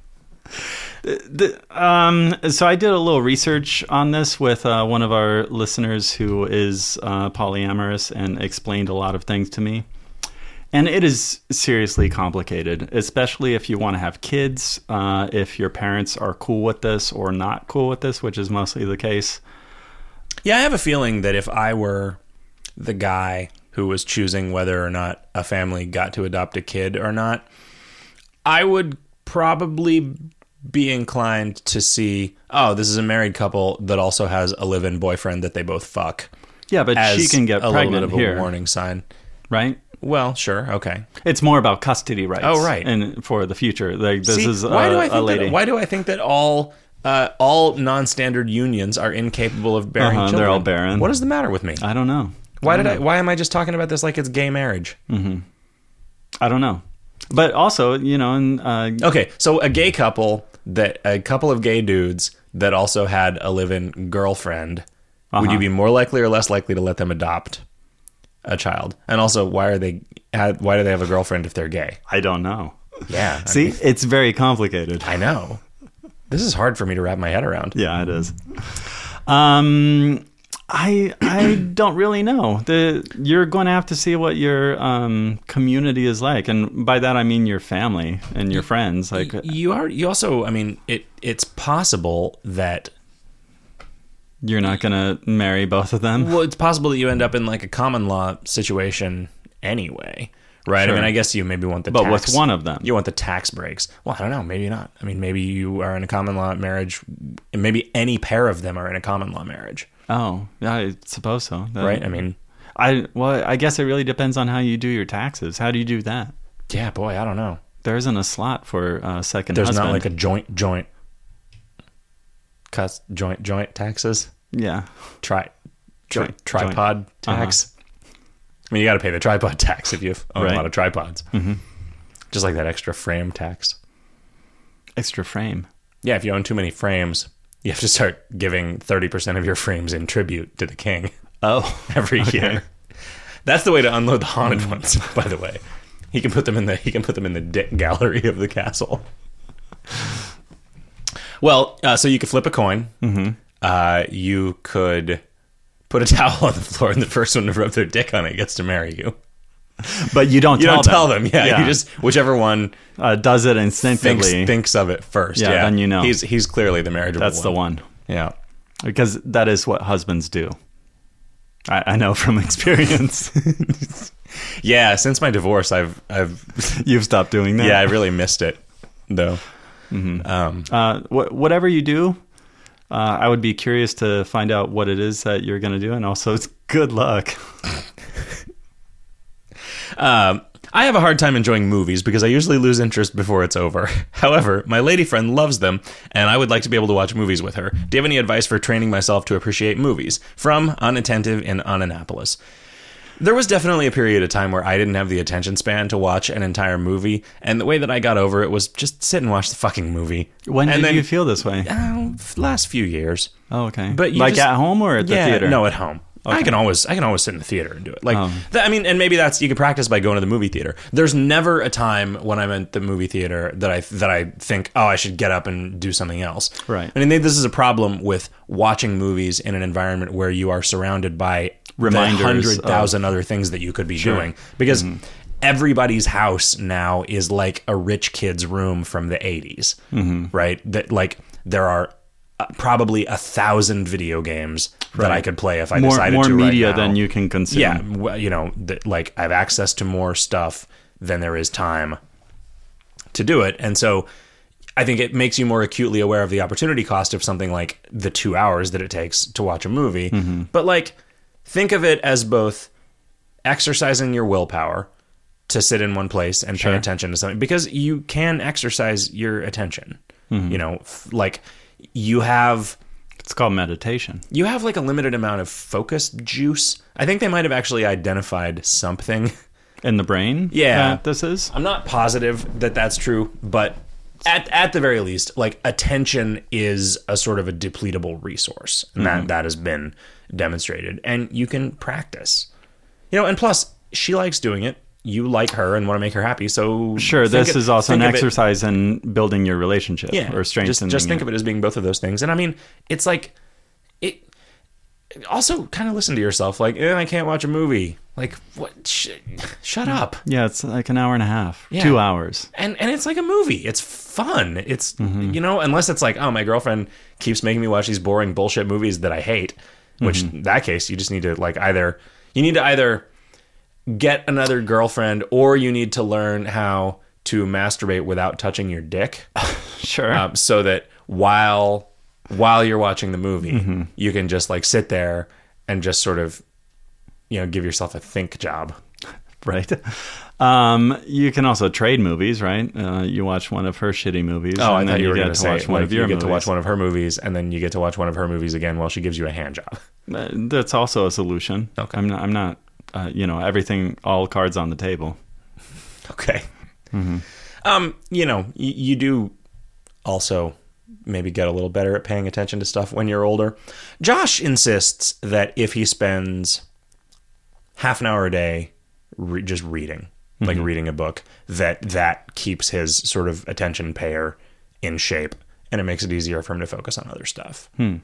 S2: The, um, so I did a little research on this with uh, one of our listeners who is uh, polyamorous and explained a lot of things to me. And it is seriously complicated, especially if you want to have kids, uh, if your parents are cool with this or not cool with this, which is mostly the case.
S1: Yeah, I have a feeling that if I were the guy who was choosing whether or not a family got to adopt a kid or not, I would probably be inclined to see, oh, this is a married couple that also has a live in boyfriend that they both fuck.
S2: Yeah, but
S1: As
S2: she can get
S1: a little bit
S2: pregnant
S1: of
S2: here,
S1: a warning sign.
S2: right?
S1: Well, sure, okay.
S2: It's more about custody rights.
S1: Oh, right.
S2: And for the future, like this
S1: See,
S2: is a,
S1: why do I
S2: a
S1: think
S2: lady.
S1: that, why do I think that all uh, all non-standard unions are incapable of bearing
S2: Uh-huh, they're
S1: children?
S2: all barren.
S1: What is the matter with me?
S2: I don't know.
S1: Why did I? Why am I just talking about this like it's gay marriage?
S2: I don't know. But also, you know, and uh,
S1: Okay, so a gay couple that a couple of gay dudes that also had a live-in girlfriend, would you be more likely or less likely to let them adopt a child? And also, why are they? ha- Why do they have a girlfriend if they're gay?
S2: I don't know.
S1: [LAUGHS] Yeah,
S2: [LAUGHS] See, it's very complicated.
S1: I know. This is hard for me to wrap my head around.
S2: Yeah, it is. Um, I I [CLEARS THROAT] don't really know. The you're going to have to see what your um community is like, and by that I mean your family and your friends. Like,
S1: You are. You also. I mean, it. It's possible that.
S2: you're not gonna marry both of them.
S1: Well, it's possible that you end up in like a common law situation anyway, right? I
S2: Sure.
S1: mean, I guess you maybe want the
S2: But
S1: tax-
S2: what's one of them?
S1: You want the tax breaks. Well, I don't know. Maybe not. I mean, maybe you are in a common law marriage, and maybe any pair of them are in a common law marriage,
S2: Oh, yeah, I suppose so. That-
S1: right? I mean,
S2: I well, I guess it really depends on how you do your taxes. How do you do that?
S1: yeah, boy, I don't know.
S2: There isn't a slot for uh, second
S1: There's
S2: husband.
S1: not like a joint joint. cuts joint joint taxes.
S2: Yeah.
S1: Tri, tri-
S2: Joint- Uh-huh.
S1: tripod tax. I mean, you got to pay the tripod tax if you own a
S2: Right.
S1: lot of tripods. Mm-hmm. Just like that extra frame tax.
S2: Extra frame.
S1: Yeah, if you own too many frames, you have to start giving 30% of your frames in tribute to the king
S2: Oh.
S1: [LAUGHS] every year. That's the way to unload the haunted ones, by the way. He can put them in the he can put them in the dick gallery of the castle. Well, uh, so you could flip a coin. Mm-hmm. Uh, you could put a towel [LAUGHS] on the floor, and the first one to rub their dick on it gets to marry you.
S2: But you
S1: [LAUGHS]
S2: don't
S1: You
S2: tell
S1: don't
S2: them.
S1: tell them. Yeah, you just whichever one
S2: uh, does it
S1: thinks
S2: instinctively.
S1: thinks of it first.
S2: Yeah,
S1: Yeah,
S2: then you know.
S1: he's he's clearly the marriageable.
S2: That's the one.
S1: Yeah.
S2: Because that is what husbands do. I, I know [LAUGHS] from experience. [LAUGHS]
S1: Yeah, since my divorce, I've I've [LAUGHS]
S2: You've stopped doing that.
S1: yeah, I really missed it though. Um,
S2: Uh, wh- whatever you do, uh, I would be curious to find out what it is that you're going to do. And also, it's good luck.
S1: um, I have a hard time enjoying movies because I usually lose interest before it's over. [LAUGHS] However, my lady friend loves them, and I would like to be able to watch movies with her. Do you have any advice for training myself to appreciate movies? From Unattentive in Annapolis. There was definitely a period of time where I didn't have the attention span to watch an entire movie, and the way that I got over it was just sit and watch the fucking movie.
S2: When
S1: and
S2: did
S1: then,
S2: you feel this way?
S1: Uh, last few years.
S2: Oh, okay.
S1: But you
S2: like
S1: just-
S2: at home or at the
S1: yeah,
S2: theater? Oh.
S1: No, at home. I can always I can always sit in the theater and do it. Like that, I mean, and maybe that's you can practice by going to the movie theater. There's never a time when I'm at the movie theater that I that I think oh I should get up and do something else.
S2: Right.
S1: And I think this is a problem with watching movies in an environment where you are surrounded by
S2: Reminders of- Mm-hmm.
S1: hundred thousand other things that you could be doing because. Everybody's house now is like a rich kid's room from the 80s,
S2: Mm-hmm.
S1: right? That like there are uh, probably a thousand video games that I could play if I
S2: more
S1: decided
S2: more
S1: to.
S2: media
S1: right now.
S2: than you can consume.
S1: Yeah, well, um, you know, th- like I have access to more stuff than there is time to do it, and so I think it makes you more acutely aware of the opportunity cost of something like the two hours that it takes to watch a movie. But like, think of it as both exercising your willpower to sit in one place and pay attention to something because you can exercise your attention. You know, f- like you have
S2: It's called meditation.
S1: you have like a limited amount of focus juice. I think they might have actually identified something. [LAUGHS]
S2: In the brain?
S1: Yeah.
S2: that this is?
S1: I'm not positive that that's true, but at at the very least, like attention is a sort of a depletable resource, and
S2: Mm-hmm.
S1: that that has been demonstrated. And you can practice, you know. And plus, she likes doing it. You like her and want to make her happy, so
S2: Sure,
S1: think of-
S2: this is also an
S1: think of it-
S2: exercise in building your relationship
S1: yeah,
S2: or strengthening
S1: Just, just think
S2: it.
S1: of it as being both of those things. And I mean, it's like it. Also, kind of listen to yourself. Like, eh, I can't watch a movie. Like, what? Sh- shut up.
S2: Yeah, it's like an hour and a half,
S1: Yeah.
S2: two hours.
S1: And and it's like a movie. It's fun. It's you know, unless it's like, oh, my girlfriend keeps making me watch these boring bullshit movies that I hate. Which in that case, you just need to like either you need to either get another girlfriend or you need to learn how to masturbate without touching your dick.
S2: Sure.
S1: um, so that while while you're watching the movie,
S2: Mm-hmm.
S1: you can just like sit there and just sort of you know give yourself a think job.
S2: right. Um, you can also trade movies, right? Uh, you watch one of her shitty movies.
S1: Oh,
S2: Oh, and then get
S1: gonna
S2: to watch one
S1: like,
S2: of your
S1: you get
S2: movies.
S1: to watch one of her movies, and then you get to watch one of her movies again while she gives you a hand job.
S2: Uh, That's also a solution.
S1: Okay.
S2: I'm not, I'm not uh, you know, everything, all cards on the table.
S1: [LAUGHS] Okay. Um, you know, y- you do also maybe get a little better at paying attention to stuff when you're older. Josh insists that if he spends half an hour a day re- just reading, like reading a book, that that keeps his sort of attention payer in shape and it makes it easier for him to focus on other stuff. And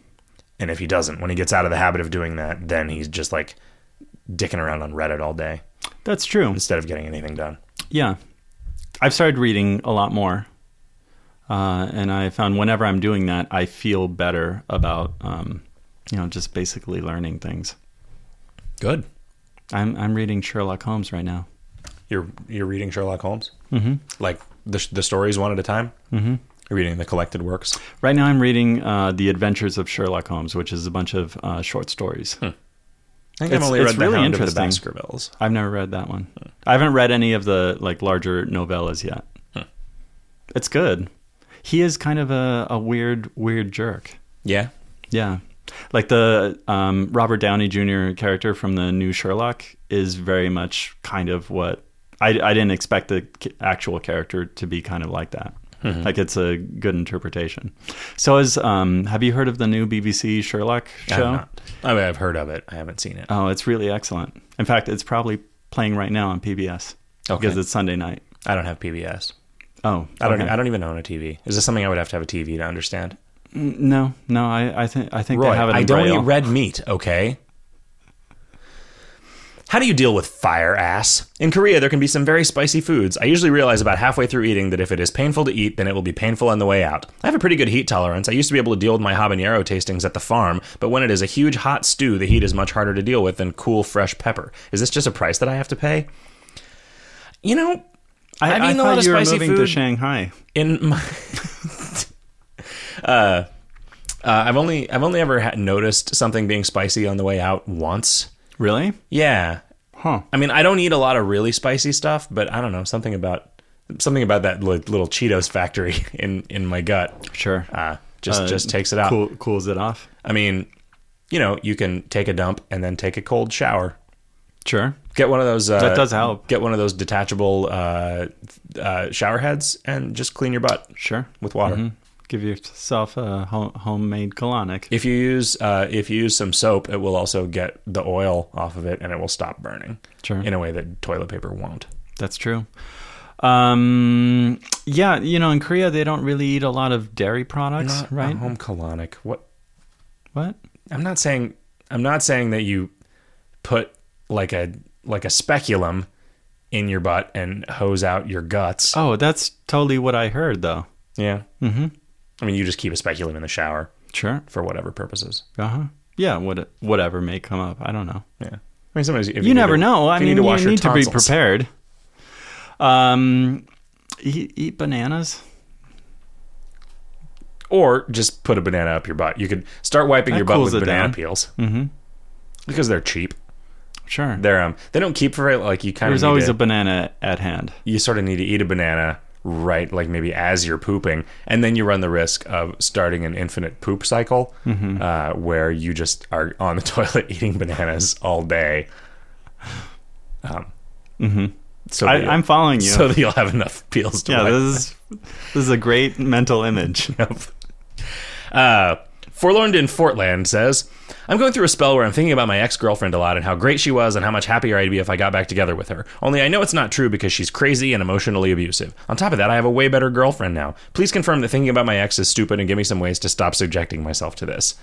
S1: if he doesn't, when he gets out of the habit of doing that, then he's just like dicking around on Reddit all day
S2: That's true.
S1: instead of getting anything done.
S2: Yeah. I've started reading a lot more. Uh, and I found whenever I'm doing that, I feel better about, um, you know, just basically learning things.
S1: Good.
S2: I'm, I'm reading Sherlock Holmes right now.
S1: You're you're reading Sherlock Holmes, mm-hmm. like the the stories one at a time. Mm-hmm. You're reading the collected works.
S2: Right now, I'm reading uh, The Adventures of Sherlock Holmes, which is a bunch of uh, short stories.
S1: I think
S2: It's-
S1: I've only
S2: it's
S1: read
S2: really
S1: the Hound of the
S2: interesting.
S1: Baskervilles.
S2: I've never read that one. I haven't read any of the like larger novellas yet. It's good. He is kind of a, a weird, weird jerk.
S1: Yeah.
S2: Yeah. Like the um, Robert Downey Jr. character from the new Sherlock is very much kind of what I, I didn't expect the c- actual character to be kind of like that.
S1: Mm-hmm.
S2: Like it's a good interpretation. So, is um, have you heard of the new BBC Sherlock
S1: I
S2: show?
S1: have not. I mean, I've heard of it. I haven't seen it.
S2: Oh, it's really excellent. In fact, it's probably playing right now on PBS because
S1: Okay.
S2: it's Sunday night.
S1: I don't have PBS.
S2: Oh,
S1: I don't. e,
S2: okay.
S1: I don't even own a TV. Is this something I would have to have a TV to understand?
S2: No, no, I, I think I think
S1: Roy,
S2: they have it. In
S1: I don't e-,
S2: Braille.
S1: eat red meat. Okay. How do you deal with fire ass? In Korea, there can be some very spicy foods. I usually realize about halfway through eating that if it is painful to eat, then it will be painful on the way out. I have a pretty good heat tolerance. I used to be able to deal with my habanero tastings at the farm, but when it is a huge hot stew, the heat is much harder to deal with than cool, fresh pepper. Is this just a price that I have to pay? You know,
S2: I,
S1: I've
S2: I
S1: eaten a
S2: thought
S1: lot of
S2: you were
S1: spicy
S2: moving to
S1: food.
S2: Shanghai.
S1: in my [LAUGHS] uh, uh, I've only I've only ever ha- noticed something being spicy on the way out once.
S2: Really?
S1: Yeah,
S2: Huh.
S1: I mean I don't eat a lot of really spicy stuff, but I don't know something about something about that li- little Cheetos factory [LAUGHS] in in my gut
S2: Sure.
S1: uh, just
S2: Uh,
S1: just takes it out.
S2: Cool, cools it off.
S1: I mean, you know, you can take a dump and then take a cold shower.
S2: Sure.
S1: Get one of those. Uh,
S2: That does help.
S1: Get one of those detachable uh, uh, shower heads and just clean your butt
S2: Sure.
S1: with water.
S2: Mm-hmm. Give yourself a ho- homemade colonic.
S1: If you use uh, if you use some soap, it will also get the oil off of it, and it will stop burning
S2: Sure.
S1: in a way that toilet paper won't.
S2: That's true. Um, yeah, you know, in Korea they don't really eat a lot of dairy products, Uh, right?
S1: A home colonic. What?
S2: What?
S1: I'm not saying I'm not saying that you put like a like a speculum in your butt and hose out your guts.
S2: Oh, that's totally what I heard, though.
S1: Yeah.
S2: Mm-hmm.
S1: I mean, you just keep a speculum in the shower
S2: Sure.
S1: for whatever purposes.
S2: Uh huh. Yeah. What? Whatever may come up. I don't know.
S1: Yeah. I mean, sometimes if
S2: you,
S1: need
S2: never
S1: to-
S2: know.
S1: if
S2: I
S1: you
S2: mean,
S1: need to wash
S2: you
S1: your
S2: need to be
S1: tonsils.
S2: prepared. Um, eat, eat bananas.
S1: or just put a banana up your butt. You could start wiping
S2: That
S1: your butt
S2: cools
S1: with
S2: it
S1: banana
S2: down.
S1: peels
S2: Mm-hmm.
S1: because they're cheap.
S2: Sure.
S1: They're um they don't keep for very like you kind
S2: There's
S1: of
S2: always
S1: to,
S2: a banana at hand.
S1: you sort of need to eat a banana right like maybe as you're pooping and then you run the risk of starting an infinite poop cycle
S2: Mm-hmm.
S1: uh, where you just are on the [LAUGHS] toilet eating bananas all day. Um, so
S2: Mm-hmm. I,
S1: that you'll-
S2: I'm following
S1: [LAUGHS]
S2: you.
S1: so that you'll have enough peels to
S2: yeah,
S1: wipe
S2: this is this is a great mental image.
S1: Yep. Uh, Forlorn in Fortland says, I'm going through a spell where I'm thinking about my ex girlfriend a lot and how great she was and how much happier I'd be if I got back together with her. Only I know it's not true because she's crazy and emotionally abusive. On top of that, I have a way better girlfriend now. Please confirm that thinking about my ex is stupid and give me some ways to stop subjecting myself to this.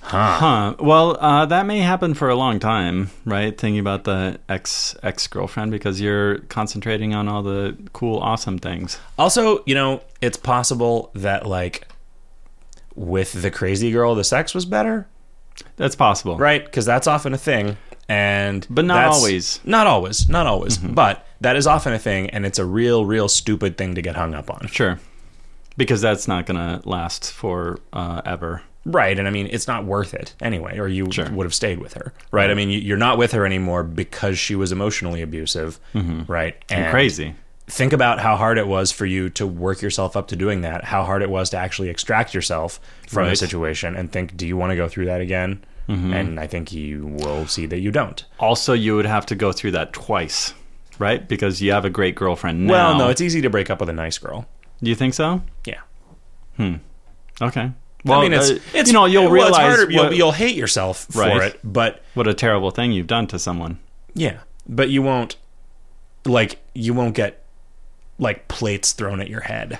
S2: Huh. Well, uh, that may happen for a long time, right? Thinking about the ex ex girlfriend because you're concentrating on all the cool, awesome things.
S1: Also, you know, it's possible that, like, with the crazy girl, the sex was better,
S2: That's possible.
S1: right? Because that's often a thing. And
S2: But not
S1: that's-
S2: always.
S1: Not always. Mm-hmm. Not always. But that is often a thing, and it's a real, real stupid thing to get hung up on.
S2: Sure. Because that's not gonna last for uh, ever.
S1: Right. And I mean, it's not worth it anyway, or you
S2: Sure.
S1: would have stayed with her. Right. I mean, you- you're not with her anymore because she was emotionally abusive. Right.
S2: And crazy.
S1: Think about how hard it was for you to work yourself up to doing that, how hard it was to actually extract yourself from the
S2: Right.
S1: situation and think, do you want to go through that again? And I think you will see that you don't.
S2: Also, you would have to go through that twice, right? Because you have a great girlfriend now.
S1: Well, no, it's easy to break up with a nice girl.
S2: Do you think so?
S1: Yeah.
S2: Okay. Well,
S1: I mean, it's,
S2: uh,
S1: it's
S2: you know you'll
S1: well,
S2: realize
S1: it's harder, you'll,
S2: what,
S1: you'll hate yourself for
S2: Right.
S1: it, but
S2: what a terrible thing you've done to someone.
S1: yeah, but you won't like you won't get like plates thrown at your head.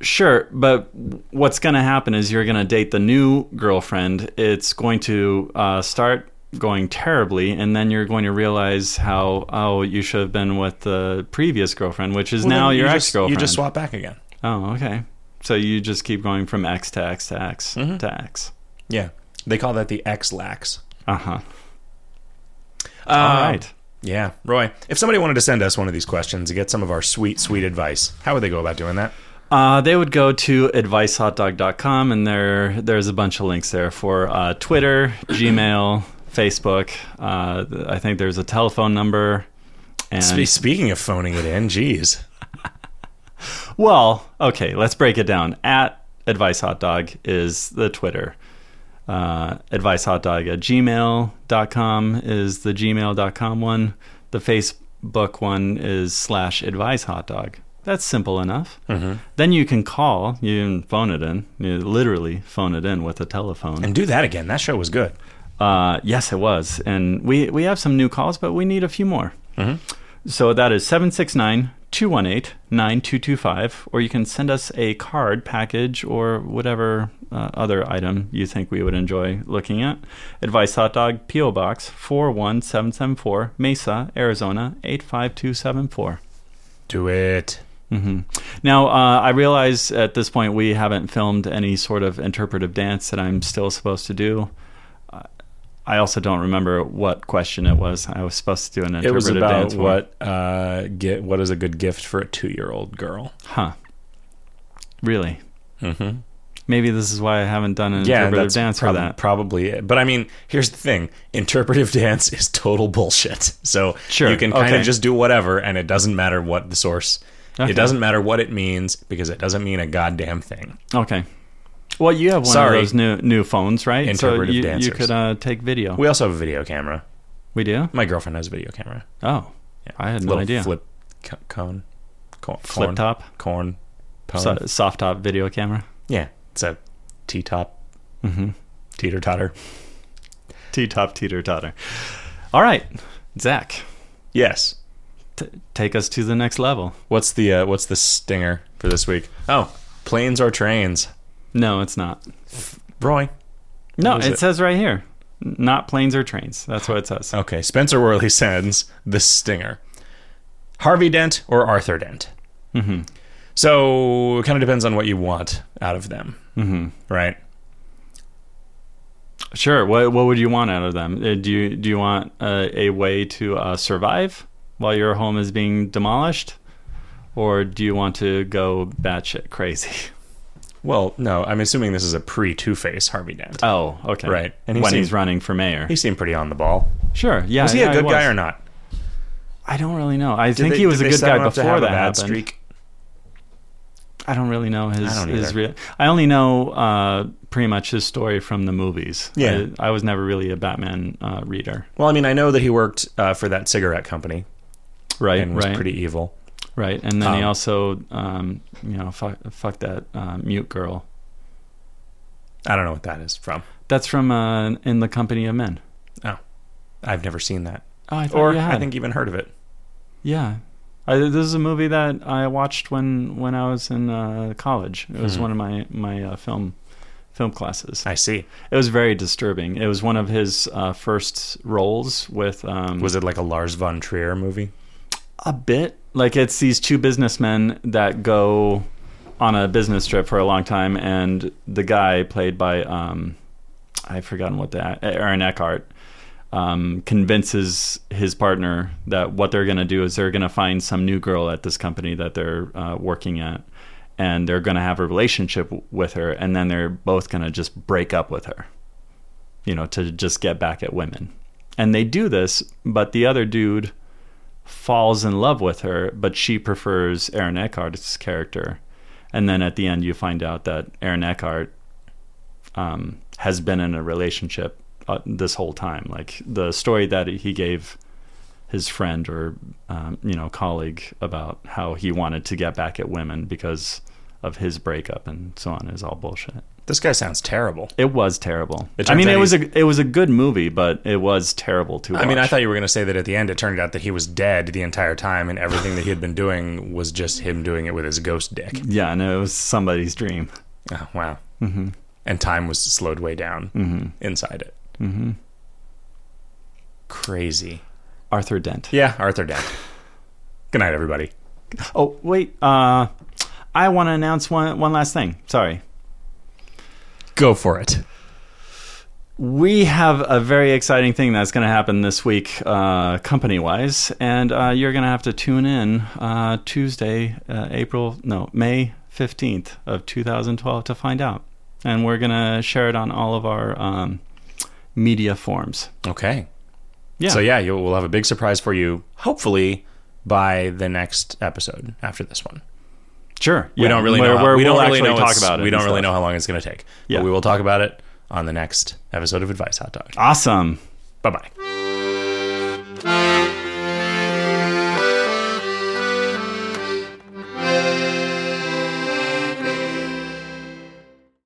S2: Sure, but what's going to happen is you're going to date the new girlfriend. It's going to uh, start going terribly, and then you're going to realize how oh you should have been with the previous girlfriend, which is
S1: Well,
S2: now
S1: then
S2: your
S1: you
S2: ex
S1: just-
S2: girlfriend.
S1: You just swap back again.
S2: Oh, okay. So you just keep going from ex to ex to ex to
S1: Mm-hmm.
S2: ex.
S1: Yeah, they call that the ex lax.
S2: Uh huh.
S1: All
S2: All
S1: right.
S2: right.
S1: Yeah, Roy. If somebody wanted to send us one of these questions to get some of our sweet, sweet advice, how would they go about doing that?
S2: Uh, they would go to advicehotdog.com, and there there's a bunch of links there for uh, Twitter, Gmail, Facebook. Uh, th- I think there's a telephone number. And
S1: Spe- speaking of phoning it in, geez.
S2: well, okay, let's break it down. At advice hot dog is the Twitter. Uh, advice hot dog at gmail.com is the gmail.com one. The Facebook one is slash advice hot dog. That's simple enough. Then you can call, you can phone it in, you literally phone it in with a telephone.
S1: And do that again. That show was good.
S2: Uh, yes, it was. And we, we have some new calls, but we need a few more. So that is 769 218 9225, or you can send us a card package or whatever uh, other item you think we would enjoy looking at. Advice Hot Dog, P.O. Box 41774, Mesa, Arizona 85274.
S1: Do it.
S2: Mm-hmm. Now, uh, I realize at this point we haven't filmed any sort of interpretive dance that I'm still supposed to do. Uh, I also don't remember what question it was. I was supposed to do an
S1: It
S2: interpretive
S1: was about
S2: dance. one.
S1: what uh, get what is a good gift for a two year old girl. Mm-hmm.
S2: Huh. Really? Maybe this is why I haven't done an
S1: Yeah,
S2: Mm-hmm. interpretive
S1: that's
S2: dance
S1: prob-
S2: for that.
S1: probably it. But I mean, here's the thing: interpretive [LAUGHS] dance is total bullshit. So
S2: Sure,
S1: you can kind
S2: okay.
S1: of just do whatever, and it doesn't matter what the source.
S2: Okay.
S1: It doesn't matter what it means because it doesn't mean a goddamn thing.
S2: Okay. Well, you have one
S1: Sorry.
S2: of those new new phones, right?
S1: Interpretive
S2: so you, you
S1: dancers.
S2: could uh, take video.
S1: We also have a video camera.
S2: we do?
S1: My girlfriend has a video camera.
S2: Oh,
S1: Yeah.
S2: I had no
S1: Little
S2: idea.
S1: flip co- cone, corn,
S2: Flip
S1: corn,
S2: top,
S1: corn, pone.
S2: so, soft top video camera,
S1: yeah, it's a t top,
S2: Mm-hmm.
S1: teeter totter.
S2: T top teeter totter. All right, Zach,
S1: Yes.
S2: t- take us to the next level.
S1: What's the uh, what's the stinger for this week? Oh, planes or trains,
S2: No, it's not.
S1: Roy.
S2: No,
S1: was
S2: it,
S1: it? Oh.
S2: says right here, N- not planes or trains. That's what it says.
S1: Okay, Spencer Worley [LAUGHS] sends the stinger. Harvey Dent or Arthur Dent?
S2: Mhm.
S1: So it kind of depends on what you want out of them,
S2: Mm-hmm.
S1: right?
S2: Sure. What what would you want out of them? Uh, Do you do you want uh, a way to uh, survive while your home is being demolished, or do you want to go batshit crazy? [LAUGHS]
S1: Well, no, I'm assuming this is a pre Two Face Harvey Dent.
S2: Oh, okay.
S1: Right. And he
S2: when
S1: seemed-
S2: he's running for mayor.
S1: He seemed pretty on the ball.
S2: Sure. Yeah.
S1: Was he
S2: yeah,
S1: a good guy
S2: was.
S1: or not?
S2: I don't really know. I
S1: Did
S2: think
S1: they-
S2: he was
S1: did
S2: a
S1: they
S2: good
S1: set
S2: guy
S1: him up to
S2: before
S1: have a
S2: that
S1: bad
S2: happened.
S1: streak?
S2: I don't really know his
S1: I don't
S2: his
S1: either.
S2: real. I only know uh, pretty much his story from the movies.
S1: Yeah.
S2: I, I was never really a Batman uh, reader.
S1: Well, I mean, I know that he worked uh, for that cigarette company
S2: Right.
S1: and was
S2: right.
S1: pretty evil.
S2: Right, and then he
S1: Um,
S2: also, um, you know, fuck, fuck that uh, mute girl.
S1: I don't know what that is from.
S2: That's from uh, In the Company of Men.
S1: I've never seen that,
S2: Oh, I thought
S1: or
S2: you had.
S1: I think even heard of it.
S2: yeah. I, this is a movie that I watched when, when I was in uh, college. It was
S1: Hmm.
S2: one of my my uh, film film classes.
S1: I see.
S2: It was very disturbing. It was one of his uh, first roles with um,
S1: Was it like a Lars von Trier movie?
S2: a bit like it's these two businessmen that go on a business trip for a long time and the guy played by um i've forgotten what that aaron eckhart um, convinces his partner that what they're going to do is they're going to find some new girl at this company that they're uh, working at and they're going to have a relationship w- with her and then they're both going to just break up with her you know to just get back at women and they do this but the other dude falls in love with her, but she prefers Aaron Eckhart's character. And then at the end, you find out that Aaron Eckhart um, has been in a relationship uh, this whole time. Like the story that he gave his friend or um, you know colleague about how he wanted to get back at women because of his breakup and so on is all bullshit.
S1: This guy sounds terrible.
S2: It was terrible.
S1: It
S2: I mean,
S1: turns out
S2: it was a it was a good movie, but it was terrible to watch.
S1: I mean, I thought you were going to say that at the end it turned out that he was dead the entire time and everything that he had been doing was just him doing it with his ghost dick.
S2: yeah, and it was somebody's dream.
S1: Oh, wow. Mm-hmm. And time was slowed way down inside it. Mm-hmm. Crazy.
S2: Arthur Dent.
S1: Yeah, Arthur Dent. Good night, everybody.
S2: Oh wait, uh, I want to announce one one last thing. Sorry,
S1: Go for it.
S2: we have a very exciting thing that's going to happen this week, uh, company wise, and uh, you're going to have to tune in uh, Tuesday, uh, April no May fifteenth of 2012 to find out, and we're going to share it on all of our um, media forms.
S1: Okay.
S2: Yeah.
S1: So, yeah, you, we'll have a big surprise for you, hopefully, by the next episode after this one.
S2: Sure.
S1: We don't really know. how- we don't really know
S2: talk
S1: it's-
S2: about it.
S1: We
S2: and
S1: don't really
S2: stuff.
S1: know how long it's going to take.
S2: Yeah.
S1: But we will talk about it on the next episode of Advice Hot Dog.
S2: Awesome.
S1: Bye bye.